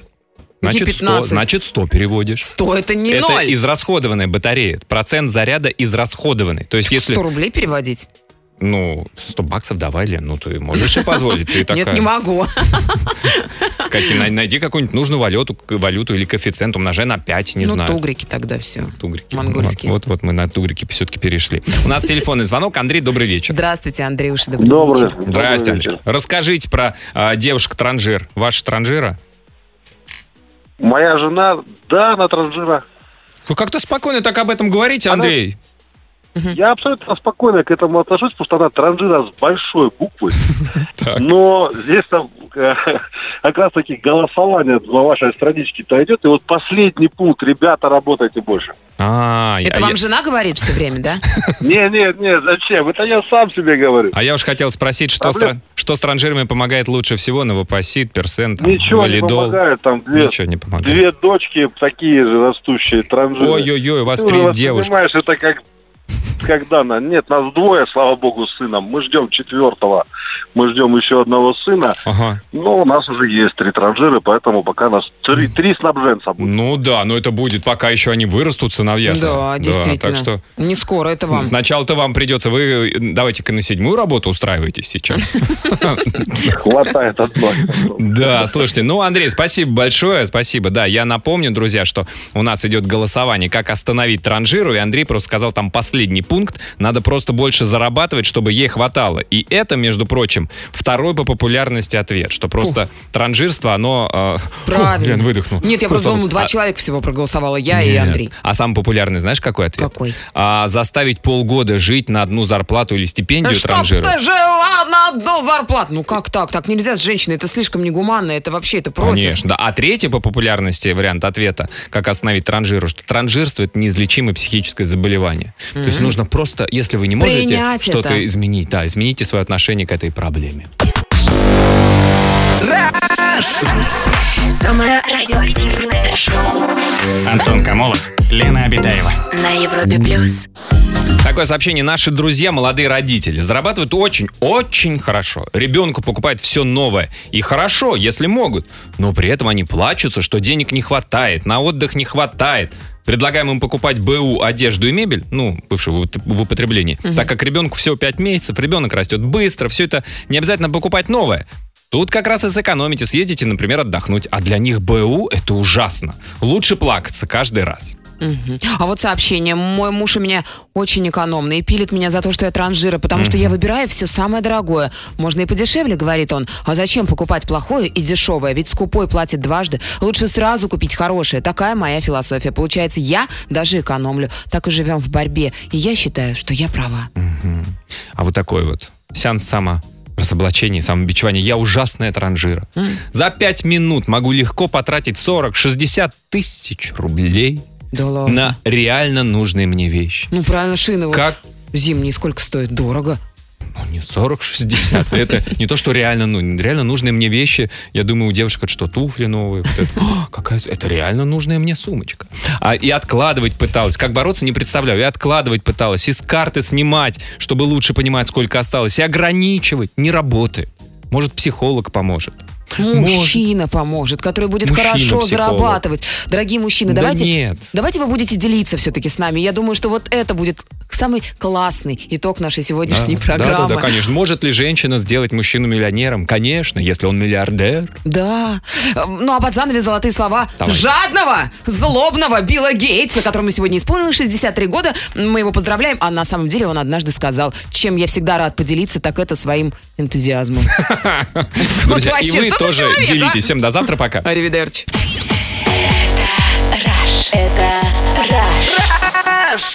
[SPEAKER 3] значит, 100,
[SPEAKER 4] 15.
[SPEAKER 3] значит 100 переводишь.
[SPEAKER 4] Сто это не
[SPEAKER 3] Это
[SPEAKER 4] ноль.
[SPEAKER 3] израсходованная батарея. Процент заряда израсходованный. То есть если,
[SPEAKER 4] 100 рублей переводить?
[SPEAKER 3] ну, 100 баксов давай, Лен, ну ты можешь себе позволить. Ты такая...
[SPEAKER 4] Нет, не могу.
[SPEAKER 3] Как- най- найди какую-нибудь нужную валюту, к- валюту или коэффициент, умножай на 5, не
[SPEAKER 4] ну,
[SPEAKER 3] знаю.
[SPEAKER 4] тугрики тогда все.
[SPEAKER 3] Тугрики.
[SPEAKER 4] Монгольские.
[SPEAKER 3] Вот, вот мы на тугрики все-таки перешли. У нас телефонный звонок. Андрей, добрый вечер.
[SPEAKER 4] Здравствуйте, Андрюша, добрый,
[SPEAKER 7] Добрый.
[SPEAKER 4] вечер.
[SPEAKER 3] Здрасте, Андрей. Расскажите про а, девушек транжир. Ваша транжира?
[SPEAKER 7] Моя жена, да, она транжира.
[SPEAKER 3] Вы как-то спокойно так об этом говорите, Андрей.
[SPEAKER 7] Я абсолютно спокойно к этому отношусь, потому что она транжира с большой буквы.
[SPEAKER 3] Так.
[SPEAKER 7] Но здесь там э, как раз таки голосование на вашей страничке-то идет. И вот последний пункт, ребята, работайте больше.
[SPEAKER 3] А, я-
[SPEAKER 4] Это
[SPEAKER 3] я-
[SPEAKER 4] вам жена говорит все время, да?
[SPEAKER 7] Не, не, не, зачем? Это я сам себе говорю.
[SPEAKER 3] а я уж хотел спросить, что,
[SPEAKER 7] Проблем-
[SPEAKER 3] стра- что с транжирами помогает лучше всего? Новопосит, персент,
[SPEAKER 7] Ничего не
[SPEAKER 3] валидол?
[SPEAKER 7] помогает, там две,
[SPEAKER 3] Ничего не помогает.
[SPEAKER 7] две дочки такие же растущие, транжиры.
[SPEAKER 3] Ой-ой-ой, у вас
[SPEAKER 7] Ты
[SPEAKER 3] три
[SPEAKER 7] уже
[SPEAKER 3] девушки.
[SPEAKER 7] Понимаешь, это как когда на нет, нас двое, слава богу, с сыном. Мы ждем четвертого, мы ждем еще одного сына.
[SPEAKER 3] Ага.
[SPEAKER 7] Но у нас уже есть три транжиры, поэтому пока нас три, три снабженца будет.
[SPEAKER 3] Ну да, но это будет, пока еще они вырастут, сыновья.
[SPEAKER 4] Да, действительно.
[SPEAKER 3] так что
[SPEAKER 4] Не скоро это
[SPEAKER 3] с-
[SPEAKER 4] вам.
[SPEAKER 3] сначала-то вам придется, вы э, давайте-ка на седьмую работу устраивайтесь сейчас.
[SPEAKER 7] Хватает одной.
[SPEAKER 3] Да, слушайте, ну, Андрей, спасибо большое, спасибо. Да, я напомню, друзья, что у нас идет голосование, как остановить транжиру, и Андрей просто сказал там последний пункт, надо просто больше зарабатывать, чтобы ей хватало. И это, между прочим, второй по популярности ответ, что просто транжирство, оно... э, фу,
[SPEAKER 4] Правильно.
[SPEAKER 3] блин, выдохнул.
[SPEAKER 4] Нет, я просто
[SPEAKER 3] Выдохнул.
[SPEAKER 4] думал, два
[SPEAKER 3] А,
[SPEAKER 4] человека всего проголосовало, я и
[SPEAKER 3] Нет.
[SPEAKER 4] Андрей.
[SPEAKER 3] А самый популярный, знаешь, какой ответ?
[SPEAKER 4] Какой?
[SPEAKER 3] А, заставить полгода жить на одну зарплату или стипендию
[SPEAKER 4] Э, Чтоб
[SPEAKER 3] транжиру.
[SPEAKER 4] ты жила на одну зарплату. Ну как так? Так нельзя с женщиной, это слишком негуманно, это вообще, это против.
[SPEAKER 3] Конечно, да. А третий по популярности вариант ответа, как остановить транжиру, что транжирство это неизлечимое психическое заболевание. То есть нужно просто, если вы не можете
[SPEAKER 4] Принять
[SPEAKER 3] что-то
[SPEAKER 4] это.
[SPEAKER 3] изменить, да, измените свое отношение к этой проблеме.
[SPEAKER 2] Самое радиоактивное шоу
[SPEAKER 5] Антон Камолов, Лена Обитаева.
[SPEAKER 2] на Европе плюс.
[SPEAKER 3] Такое сообщение. Наши друзья, молодые родители, зарабатывают очень, очень хорошо. Ребенку покупать все новое. И хорошо, если могут. Но при этом они плачутся, что денег не хватает, на отдых не хватает. Предлагаем им покупать БУ, одежду и мебель, ну, бывшую в ут- в употреблении, так как ребенку всего 5 месяцев, ребенок растет быстро, все это не обязательно покупать новое. Тут как раз и сэкономите, съездите, например, отдохнуть. А для них БУ это ужасно. Лучше плакаться каждый раз.
[SPEAKER 4] Мгм. А вот сообщение. Мой муж у меня очень экономный и пилит меня за то, что я транжира, потому что я выбираю все самое дорогое. Можно и подешевле, говорит он. А зачем покупать плохое и дешевое? Ведь скупой платит дважды. Лучше сразу купить хорошее. Такая моя философия. Получается, я даже экономлю. Так и живем в борьбе. И я считаю, что я права.
[SPEAKER 3] А вот такой вот сеанс само разоблачения, самобичевания. Я ужасная транжира. За пять минут могу легко потратить 40-60 тысяч рублей
[SPEAKER 4] Да ладно.
[SPEAKER 3] на реально нужные мне вещи.
[SPEAKER 4] Ну, правильно, шины вот
[SPEAKER 3] Как?
[SPEAKER 4] зимние сколько стоят? Дорого.
[SPEAKER 3] Ну, не 40-60. Это не то, что реально, ну, реально нужные мне вещи. Я думаю, у девушек это что, туфли новые? Вот это. «А, какая, с- это реально нужная мне сумочка. А, и откладывать пыталась. Как бороться, не представляю. И откладывать пыталась. И с карты снимать, чтобы лучше понимать, сколько осталось. И ограничивать. Не работает. Может, психолог поможет.
[SPEAKER 4] Мужчина поможет, который будет
[SPEAKER 3] Мужчина,
[SPEAKER 4] хорошо
[SPEAKER 3] психолог.
[SPEAKER 4] зарабатывать. Дорогие мужчины,
[SPEAKER 3] Да
[SPEAKER 4] Ну, давайте,
[SPEAKER 3] нет.
[SPEAKER 4] давайте вы будете делиться все-таки с нами. Я думаю, что вот это будет самый классный итог нашей сегодняшней
[SPEAKER 3] да,
[SPEAKER 4] программы.
[SPEAKER 3] да, да, конечно. Может ли женщина сделать мужчину миллионером? Конечно, если он миллиардер.
[SPEAKER 4] Да. Эм, Ну, а под занавес золотые слова
[SPEAKER 3] Давай.
[SPEAKER 4] жадного, злобного Билла Гейтса, которому сегодня исполнилось 63 года. Мы его поздравляем, а на самом деле он однажды сказал, чем я всегда рад поделиться, так это своим энтузиазмом.
[SPEAKER 3] Друзья, и
[SPEAKER 4] вообще,
[SPEAKER 3] вы
[SPEAKER 4] что за
[SPEAKER 3] тоже
[SPEAKER 4] человек, а?
[SPEAKER 3] делитесь. Всем до завтра, пока.
[SPEAKER 4] Аривидерчи.
[SPEAKER 2] Раш. Это Раш.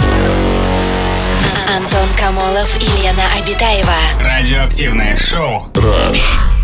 [SPEAKER 11] Камолов и Лена Обитаева.
[SPEAKER 2] Радиоактивное шоу.
[SPEAKER 5] Rush.